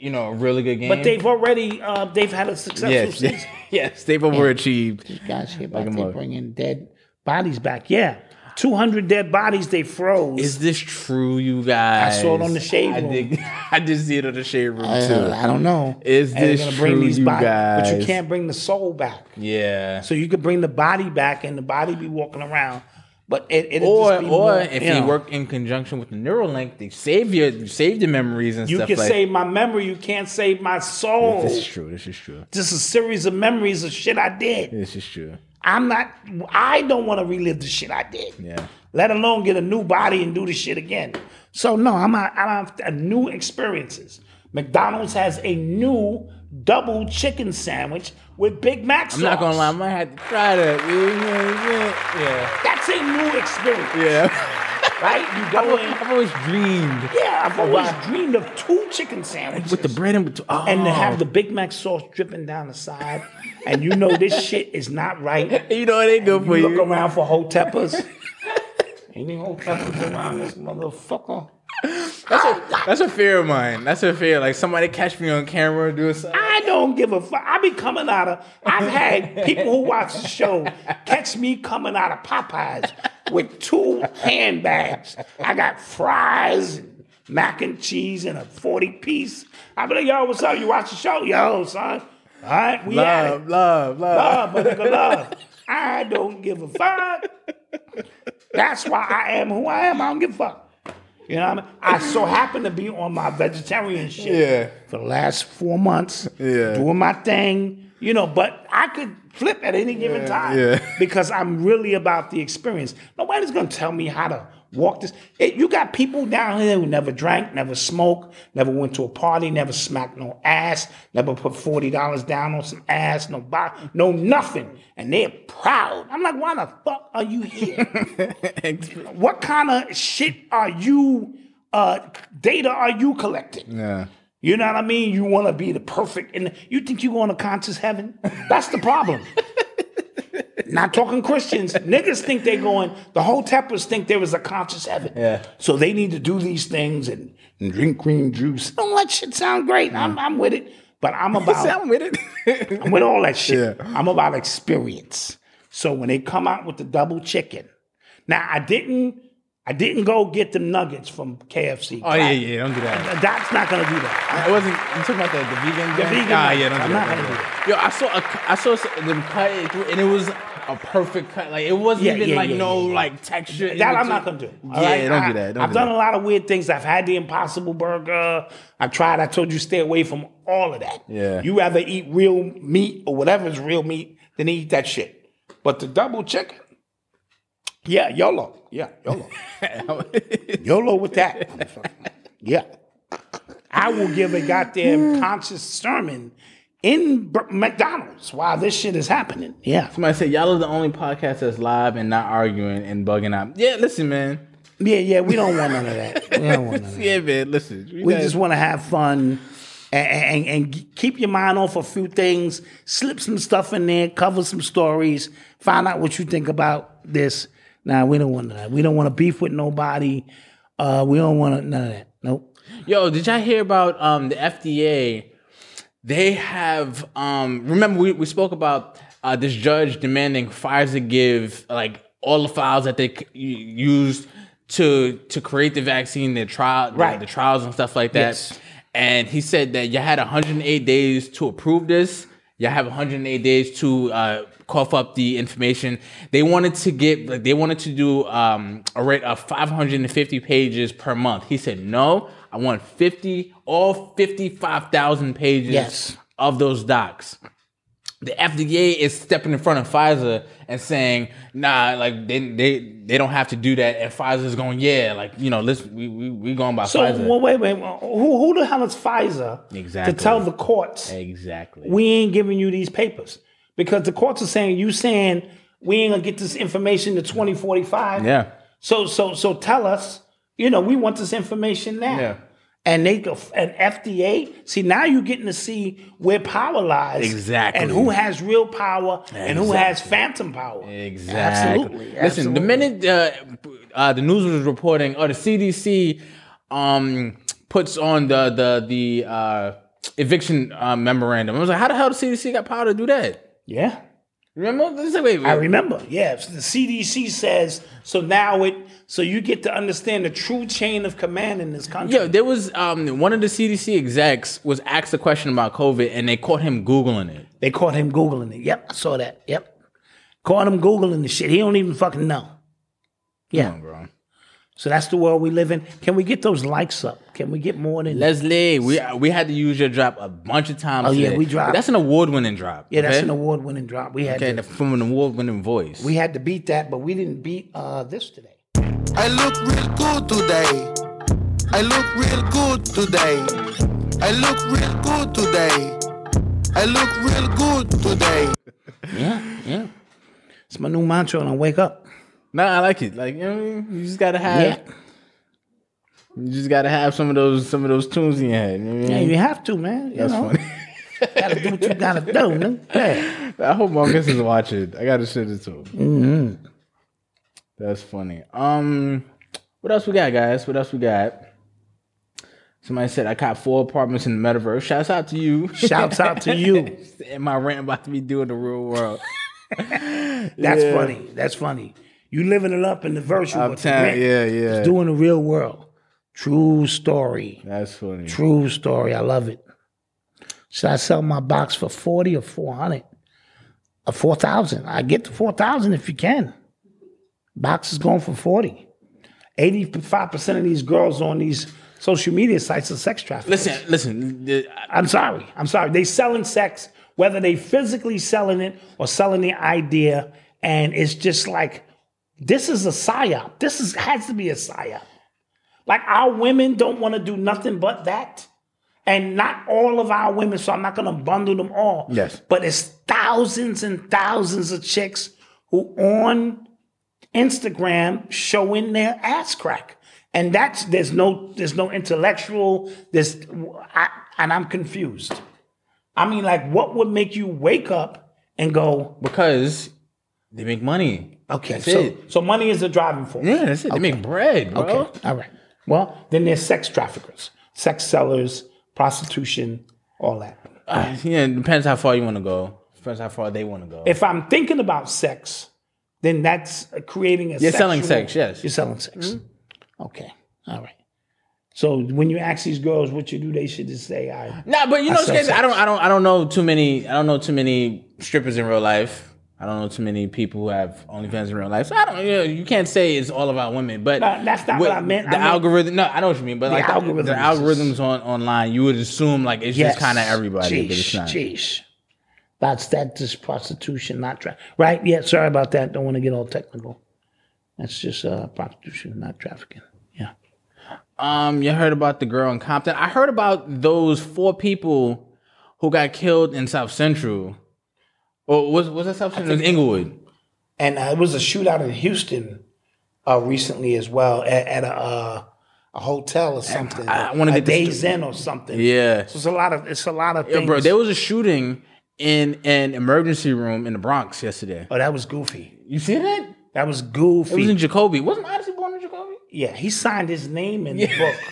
D: You know, a really good game.
E: but they've already uh, they've had a successful
D: Yes.
E: season.
D: yes. They've overachieved.
E: Guys, here about
D: a
E: they
D: mug.
E: bringing dead bodies back. Yeah, two hundred dead bodies they froze.
D: Is this true, you guys?
E: saw it on the Shade
D: I
E: Room.
D: did, I did see it on the shade room
E: I
D: too.
E: don't- I don't know.
D: Is
E: And they're
D: this true, you
E: body- But
D: guys?
E: you can't bring the soul back.
D: yeah.
E: So you could bring the body back, and the body be walking around. But it, it'll
D: or
E: just be
D: or
E: more,
D: if
E: you
D: you
E: know,
D: work in conjunction with the Neuralink, they save your you save your memories and
E: you
D: stuff
E: can
D: like.
E: save my memory. You can't save my soul.
D: This is true. This is true.
E: Just a series of memories of shit I did.
D: This is true.
E: I'm not. I don't want to relive the shit I did.
D: Yeah.
E: Let alone get a new body and do the shit again. So no, I'm not. I don't have a new experiences. McDonald's has a new double chicken sandwich with Big Mac
D: I'm not gonna
E: sauce.
D: lie. I might have to try that. Yeah, yeah,
E: That's a new experience,
D: yeah. yeah.
E: right? You go in.
D: I've always dreamed
E: Yeah, I've always
D: Wow.
E: dreamed of two chicken sandwiches
D: with the bread and between. Oh.
E: and to have the Big Mac sauce dripping down the side, and you know this shit is not right.
D: you know it ain't good for
E: You
D: you.
E: look around for whole teppers. Any whole teppers around this motherfucker?
D: That's a fear of mine. That's a fear. Like somebody catch me on camera doing something.
E: I don't give a fuck. I be coming out of. I've had people who watch the show catch me coming out of Popeyes with two handbags. I got fries, and mac and cheese, and a forty piece. I be like, yo, what's up? You watch the show, yo, son? All right, we at it.
D: Love, love, love.
E: Love, motherfucker, love. I don't give a fuck. That's why I am who I am. I don't give a fuck. You know what I mean? I so happen to be on my vegetarian shit
D: Yeah.
E: for the last four months,
D: Yeah.
E: doing my thing, you know, but I could flip at any given time
D: yeah.
E: because I'm really about the experience. Nobody's gonna tell me how to walk this. It, you got people down here who never drank, never smoked, never went to a party, never smacked no ass, never put forty dollars down on some ass, no box, no nothing, and they're proud. I'm like, why the fuck are you here? what kind of shit are you? Uh, data are you collecting?
D: Yeah.
E: You know what I mean? You want to be the perfect, and you think you're going to conscious heaven? That's the problem. Not talking Christians. Niggas think they're going, the whole Teppers think there is a conscious heaven.
D: Yeah.
E: So they need to do these things and, and drink green juice. Don't let shit sound great. I'm, I'm with it, but I'm about
D: I'm with it.
E: I'm with all that shit.
D: Yeah.
E: I'm about experience. So when they come out with the double chicken, now I didn't, I didn't go get them nuggets from KFC.
D: Oh yeah, yeah, don't do that.
E: That's not gonna do that.
D: I wasn't. You talking about the, the vegan?
E: The
D: jam?
E: vegan
D: Ah,
E: one.
D: yeah, don't do
E: I'm
D: that.
E: not
D: don't do
E: gonna
D: that. Yo, I saw a, cu- I saw s- them cut it through, and it was a perfect cut. Like it wasn't
E: Yeah,
D: even
E: yeah,
D: like
E: yeah,
D: no
E: yeah, yeah.
D: like texture.
E: That I'm not gonna do. all
D: Yeah,
E: right?
D: don't
E: I-
D: do that. Don't
E: I've
D: do
E: done
D: that.
E: a lot of weird things. I've had the Impossible Burger. I've tried. I told you stay away from all of that.
D: Yeah.
E: You rather eat real meat or whatever is real meat than eat that shit. But the double chicken, yeah, YOLO. Yeah, YOLO. YOLO with that. yeah. I will give a goddamn conscious sermon in Bur- McDonald's while this shit is happening. Yeah.
D: Somebody said y'all are the only podcast that's live and not arguing and bugging out. Yeah, listen, man.
E: Yeah, yeah, we don't want none of that. We don't want none of that.
D: Yeah, man. Listen,
E: We just want to have fun and, and, and g- keep your mind off a few things, slip some stuff in there, cover some stories, find out what you think about this. Nah, we don't want that. We don't want to beef with nobody. Uh, we don't want none of that. Nope.
D: Yo, did y'all hear about um, the FDA? They have um, remember we, we spoke about uh, this judge demanding Pfizer give like all the files that they c- u- used to to create the vaccine, their trial, the-
E: Right.
D: the, trials and stuff like that.
E: Yes.
D: And he said that you had 108 days to approve this. You have 108 days to uh, cough up the information. They wanted to get, like, they wanted to do um, a rate of 550 pages per month. He said, no, I want 50, all 55,000 pages
E: Yes.
D: of those docs. The FDA is stepping in front of Pfizer and saying, nah, like they they, they don't have to do that. And Pfizer's going, yeah, like, you know, let's we we, we going by
E: So,
D: Pfizer.
E: well, wait, wait. Who, who the hell is Pfizer
D: Exactly.
E: to tell the courts?
D: Exactly.
E: we ain't giving you these papers because the courts are saying you saying we ain't gonna get this information to 2045
D: Yeah.
E: so so so tell us you know we want this information now
D: Yeah.
E: and they go and fda see now you're getting to see where power lies
D: Exactly.
E: and who has real power and who has phantom power
D: Exactly.
E: Absolutely,
D: Listen, the minute uh, uh, the news was reporting, or the CDC um, puts on the the the uh, eviction uh, memorandum, I was like, how the hell the CDC got power to do that?
E: yeah
D: Remember? It's like, wait,
E: I
D: wait.
E: remember. Yeah, so the CDC says so. Now it so you get to understand the true chain of command in this country.
D: Yo, there was um, one of the CDC execs was asked a question about COVID, and they caught him googling it.
E: They caught him Googling it. Yep, I saw that. Yep. Caught him Googling the shit. He don't even fucking know. Yeah.
D: Come on, bro.
E: So that's the world we live in. Can we get those likes up? Can we get more than
D: Leslie, we we had to use your drop a bunch of times.
E: Oh, yeah,
D: today.
E: we dropped.
D: That's an award-winning drop.
E: Yeah, that's
D: okay?
E: an award winning drop. We had
D: Okay,
E: to,
D: from an award-winning voice.
E: we had to beat that, but we didn't beat uh, this today.
F: I look real good today. I look real good today. I look real good today. I look real good today.
D: yeah, yeah.
E: It's my new mantra and I wake up.
D: No, I like it. Like you know, what I mean? you just gotta have,
E: Yeah.
D: you just gotta have some of those, some of those tunes in your head. You know what I
E: Yeah,
D: mean?
E: you have to, man. You
D: That's
E: know,
D: funny.
E: gotta do what you gotta do, man. Yeah.
D: I hope Marcus is watching. I gotta send it to him. Mm-hmm. That's funny. Um, what else we got, guys? What else we got? Somebody said I caught four apartments in the metaverse. Shouts out to you.
E: Shouts out to you.
D: and my rant about to be doing the real world.
E: That's funny. That's funny. You living it up in the virtual.
D: I'm
E: but the
D: telling-
E: rent
D: yeah,
E: is
D: yeah.
E: doing the real world. True story.
D: That's funny.
E: True story. I love it. Should I sell my box for forty or four hundred? Or four thousand? I get to four thousand if you can. Box is going for forty. Eighty-five percent of these girls on these social media sites are sex traffickers.
D: Listen, listen. the-
E: I'm sorry. I'm sorry. They selling sex, whether they physically selling it or selling the idea, and it's just like this is a psyop. This is has to be a psyop. Like our women don't want to do nothing but that, and not all of our women. So I'm not going to bundle them all.
D: Yes.
E: but it's thousands and thousands of chicks who on Instagram showing their ass crack. And that's there's no there's no intellectual this I, and I'm confused. I mean like what would make you wake up and go
D: because they make money.
E: okay
D: That's
E: so
D: it.
E: so money is the driving force.
D: Yeah, that's it. They make bread, bro.
E: Okay. All right. Well, then there's sex traffickers, sex sellers, prostitution, all that.
D: Uh, yeah, it depends how far you want to go. Depends how far they want to go.
E: If I'm thinking about sex, then that's creating a
D: You're selling
E: sexual-
D: sex, Mm-hmm. yes.
E: You're selling sex. Okay. All right. So when you ask these girls what you do, they should just say, "I."
D: Nah, but you
E: I
D: know, it's
E: sell
D: crazy. I
E: sex."
D: don't, I don't, I don't know too many. I don't know too many strippers in real life. I don't know too many people who have OnlyFans in real life. So I don't. You, know, you can't say it's all about women, but
E: No, that's not what I meant.
D: The
E: I meant-
D: algorithm. No, I know what you mean, but
E: The
D: like the,
E: algorithm
D: the
E: is
D: algorithms on online, you would assume like it's
E: Yes.
D: just kind of everybody, but it's
E: Jeez,
D: not.
E: jeez. That's that just prostitution, not traffic. Right? Yeah. Sorry about that. Don't want to get all technical. That's just uh, prostitution, not trafficking. Yeah.
D: Um, you heard about the girl in Compton? I heard about those four people who got killed in South Central. Or was was that South Central? It was Inglewood.
E: And uh, it was a shootout in Houston uh, recently as well at, at a, uh, a hotel or something.
D: I wanna
E: a
D: get the
E: Days
D: sto-
E: In or something.
D: Yeah.
E: So it's a lot of it's a lot of
D: Yeah,
E: things.
D: bro, there was a shooting in an emergency room in the Bronx yesterday.
E: oh, that was goofy.
D: You see that?
E: That was goofy.
D: It was in Jacoby. Wasn't Odyssey born in Jacoby?
E: yeah, he signed his name in the book.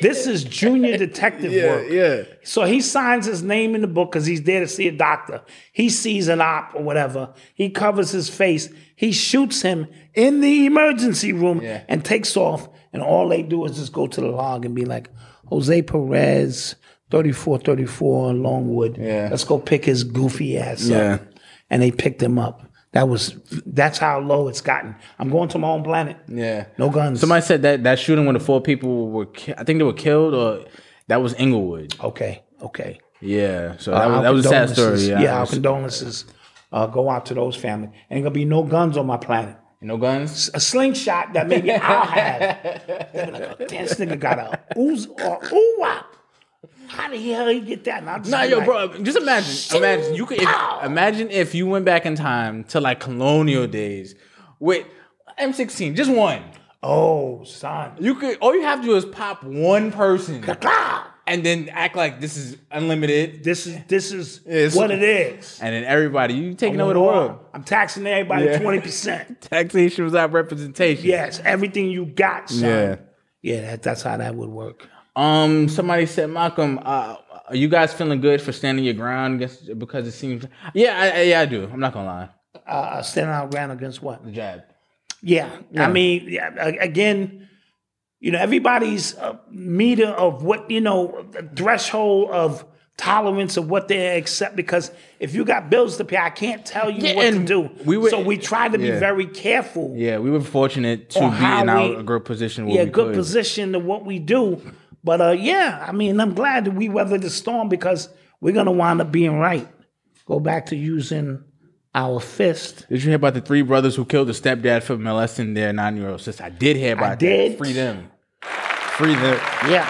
E: This is junior detective work.
D: yeah.
E: So he signs his name in the book because he's there to see a doctor. He sees an op or whatever. He covers his face. He shoots him in the emergency room
D: Yeah.
E: and takes off. And all they do is just go to the log and be like, Jose Perez, 3434 Longwood.
D: Yeah.
E: Let's go pick his goofy ass
D: Yeah.
E: up. And they picked him up. That was that's how low it's gotten. I'm going to my own planet.
D: Yeah.
E: No guns.
D: Somebody said that that shooting when the four people were, ki- I think they were killed, or that was Inglewood.
E: Okay. Okay.
D: Yeah. So that
E: Uh,
D: was
E: our
D: that was a sad
E: condolences-
D: story. Yeah.
E: our condolences uh, go out to those families. Ain't gonna be no guns on my planet.
D: no guns.
E: A slingshot that maybe I'll have. They'll be like, "Oh, damn, this nigga got a ooze or ooh wop. How the hell he get that? And I'll just
D: Nah,
E: be
D: yo,
E: like,
D: bro. Just imagine. Imagine you could if, imagine if you went back in time to like colonial days with M16, just one.
E: Oh, son.
D: You could all you have to do is pop one person
E: Ah!
D: and then act like this is unlimited,
E: This is this is
D: It's-
E: what it is.
D: and then everybody you taking over the world.
E: I'm taxing everybody
D: Yeah.
E: twenty percent.
D: Taxation without representation.
E: Yes, everything you got, son.
D: Yeah.
E: Yeah, that, that's how that would work.
D: Um. Somebody said, Malcolm, uh, are you guys feeling good for standing your ground against, because it seems? Yeah, I, I- yeah, I do. I'm not gonna lie.
E: Uh, standing our ground against what?
D: The jab.
E: Yeah. I mean, yeah, a- again, you know, everybody's uh, meter of what, you know, the threshold of tolerance of what they accept because if you got bills to pay, I can't tell you
D: Yeah,
E: what to
D: and
E: do.
D: we were-
E: so we try to be
D: yeah.
E: very careful.
D: Yeah, we were fortunate to
E: On
D: be in
E: how we-
D: our good position. Where
E: Yeah,
D: we
E: good
D: could.
E: position to what we do. But uh, yeah, I mean, I'm glad that we weathered the storm because we're going to wind up being right. Go back to using our fist.
D: Did you hear about the three brothers who killed the stepdad for molesting their nine-year-old sister? I did hear about
E: did.
D: that. Free them. Free them.
E: Yeah.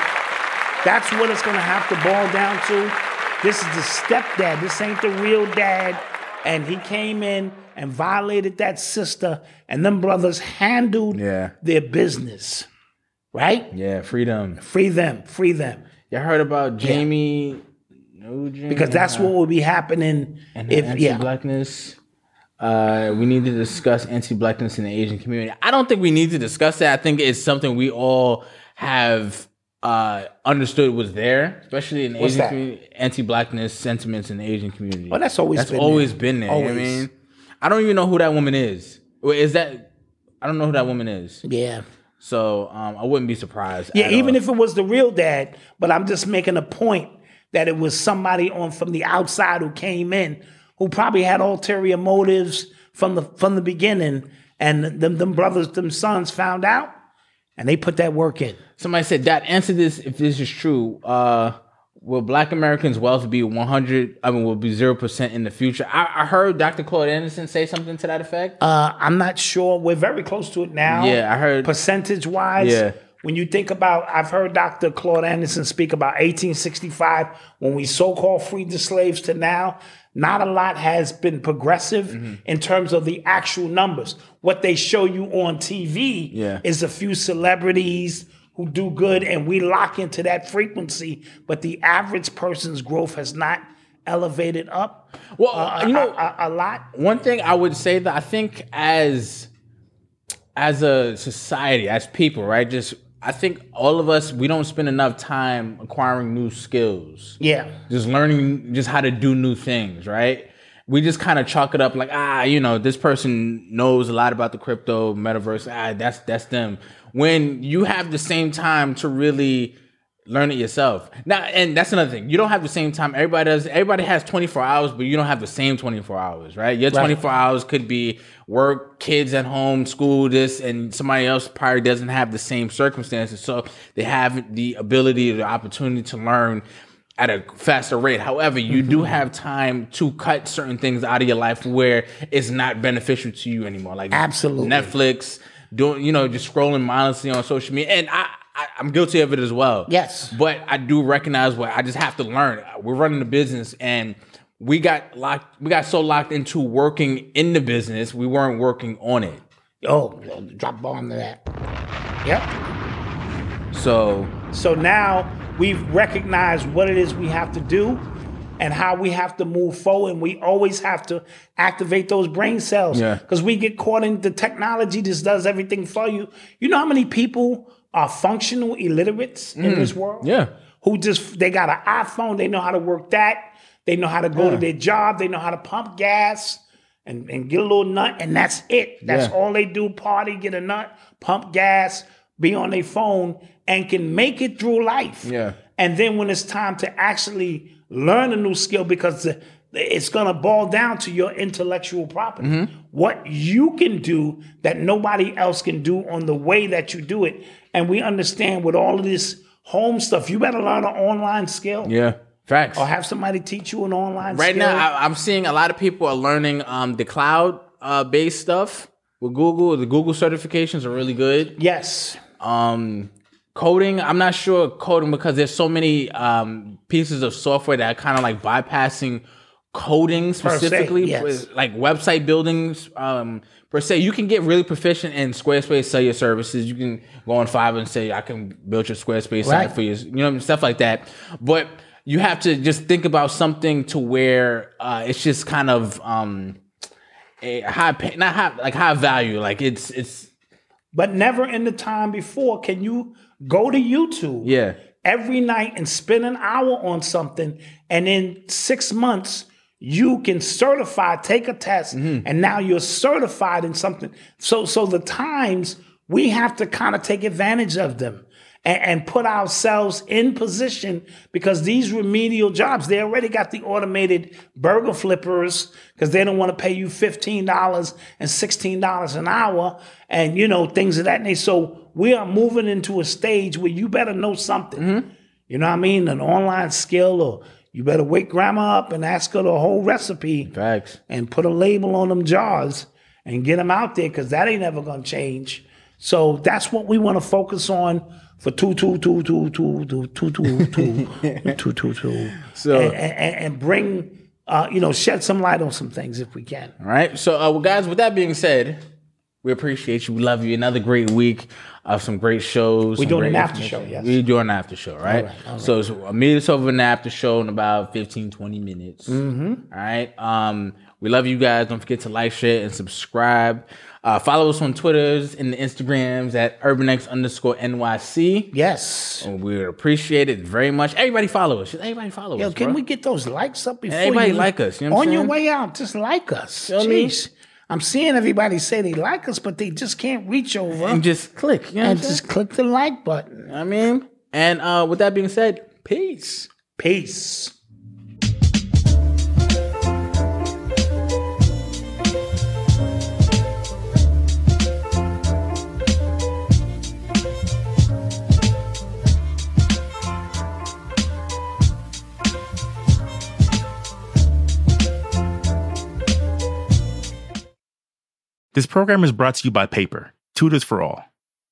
E: That's what it's going to have to boil down to. This is the stepdad. This ain't the real dad. And he came in and violated that sister, and them brothers handled
D: Yeah.
E: their business. Right?
D: Yeah, freedom.
E: Free them. Free them.
D: Y'all heard about Jamie Nugent?
E: Because that's what will be happening
D: Mm-hmm. and
E: if, yeah.
D: anti-blackness. Uh, we need to discuss anti-blackness in the Asian community. I don't think we need to discuss that. I think it's something we all have uh, understood was there, especially in the
E: What's
D: Asian
E: that?
D: community. Anti-blackness sentiments in the Asian community.
E: Oh, that's always
D: that's
E: been
D: always
E: there.
D: been there. you know what
E: Always.
D: I mean, I don't even know who that woman is. Wait, Is that? I don't know who that woman is.
E: Yeah.
D: So um, I wouldn't be surprised.
E: Yeah,
D: at
E: even
D: all.
E: if it was the real dad, but I'm just making a point that it was somebody on from the outside who came in who probably had ulterior motives from the from the beginning, and them them brothers, them sons found out, and they put that work in.
D: Somebody said, "Dad, answer this if this is true. Uh, will Black Americans' wealth be 100? I mean, will be zero percent in the future?" I, I heard Dr. Claude Anderson say something to that effect.
E: Uh, I'm not sure. We're very close to it now.
D: Yeah, I heard-
E: Percentage wise.
D: Yeah.
E: When you think about, I've heard Dr. Claude Anderson speak about 1865, when we so called freed the slaves to now, not a lot has been progressive
D: Mm-hmm.
E: in terms of the actual numbers. What they show you on TV
D: Yeah.
E: is a few celebrities who do good, and we lock into that frequency, but the average person's growth has not elevated up
D: well,
E: uh,
D: you know,
E: a, a lot.
D: one thing I would say that I think as as a society, as people, right? Just I think all of us we don't spend enough time acquiring new skills.
E: Yeah.
D: just learning just how to do new things, right? we just kind of chalk it up like ah, you know, this person knows a lot about the crypto metaverse. Ah, that's that's them. When you have the same time to really learn it yourself. Now, and that's another thing. You don't have the same time. Everybody does. Everybody has 24 hours, but you don't have the same 24 hours, right? Your
E: Right.
D: 24 hours could be work, kids at home, school, this, and somebody else probably doesn't have the same circumstances. So they have the ability, the opportunity to learn at a faster rate. However, you
E: Mm-hmm.
D: do have time to cut certain things out of your life where it's not beneficial to you anymore. Like
E: Absolutely.
D: Netflix, doing you know just scrolling mindlessly on social media, and I, I I'm guilty of it as well.
E: Yes.
D: but I do recognize what I just have to learn. We're running a business, and we got locked. We got so locked into working in the business, we weren't working on it.
E: Oh, well, drop bomb to that. Yep.
D: So
E: So now we've recognized what it is we have to do and how we have to move forward. And we always have to activate those brain cells.
D: Yeah.
E: Because we get caught in the technology just does everything for you. You know how many people are functional illiterates in this world?
D: Mm. yeah,
E: who just they got an iPhone, they know how to work that, they know how to go to their job, they know how to pump gas and, and get a little nut, and that's it. That's
D: Yeah.
E: all they do: party, get a nut, pump gas, be on their phone, and can make it through life.
D: Yeah.
E: And then when it's time to actually learn a new skill, because the, it's gonna boil down to your intellectual property,
D: Mm-hmm.
E: what you can do that nobody else can do on the way that you do it. And we understand with all of this home stuff, you better learn an online skill
D: yeah, facts.
E: or have somebody teach you an online
D: right
E: skill.
D: now I, i'm seeing a lot of people are learning um, the cloud uh, based stuff with google the google certifications are really good
E: yes,
D: um, coding i'm not sure coding because there's so many um, pieces of software that are kind of like bypassing coding
E: se,
D: specifically
E: yes.
D: with, like website buildings um, per se you can get really proficient in squarespace sell your services you can go on fiverr and say i can build your squarespace site
E: Right.
D: for you you know stuff like that but you have to just think about something to where uh, it's just kind of um, a high pay, not high like high value like it's it's
E: but never in the time before can you go to YouTube
D: yeah
E: every night and spend an hour on something, and in six months you can certify, take a test, and now you're certified in something. So, so the times we have to kind of take advantage of them. And, and put ourselves in position because these remedial jobs, they already got the automated burger flippers because they don't want to pay you $15 and $16 an hour and, you know, things of that nature. So we are moving into a stage where you better know something.
D: Mm-hmm.
E: You know what I mean? An online skill, or you better wake grandma up and ask her the whole recipe
D: facts
E: and put a label on them jars and get them out there because that ain't ever going to change. So that's what we want to focus on for two, two, two, two, two, two, two, two, two, two, two, two. So and, and, and bring, uh, you know, shed some light on some things if we can.
D: All right. So, uh, well, guys, with that being said, we appreciate you. We love you. Another great week of some great shows. We're
E: doing an after show, yes.
D: We're doing an after show, right? So, uh, it's a meet us over an after show in about 15, 20 minutes. Mm-hmm. right. Um, we love you guys. Don't forget to like, share, and subscribe. Uh, follow us on Twitters and the Instagrams at UrbanX underscore NYC.
E: Yes.
D: We appreciate it very much. Everybody follow us. Everybody follow
E: Yo,
D: us.
E: can
D: bruh.
E: we get those likes up before
D: Everybody
E: you
D: like us, you know what
E: on
D: I'm
E: your
D: saying?
E: way out, just like us.
D: Feel me?
E: Jeez. I'm seeing everybody say they like us, but they just can't reach over
D: and
E: and,
D: just click? You know what I'm saying?
E: just click the like button.
D: I mean, and uh, with that being said, peace.
E: Peace.
J: This program is brought to you by Paper, Tutors for All.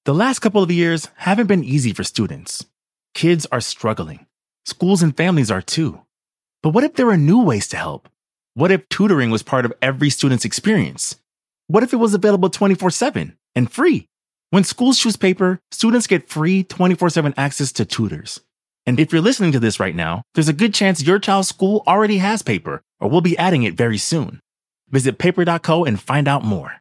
J: The last couple of years haven't been easy for students. Kids are struggling. Schools and families are too. But what if there were new ways to help? What if tutoring was part of every student's experience? What if it was available 24 7 and free? When schools choose paper, students get free 24 7 access to tutors. And if you're listening to this right now, there's a good chance your child's school already has paper or will be adding it very soon. Visit paper.co and find out more.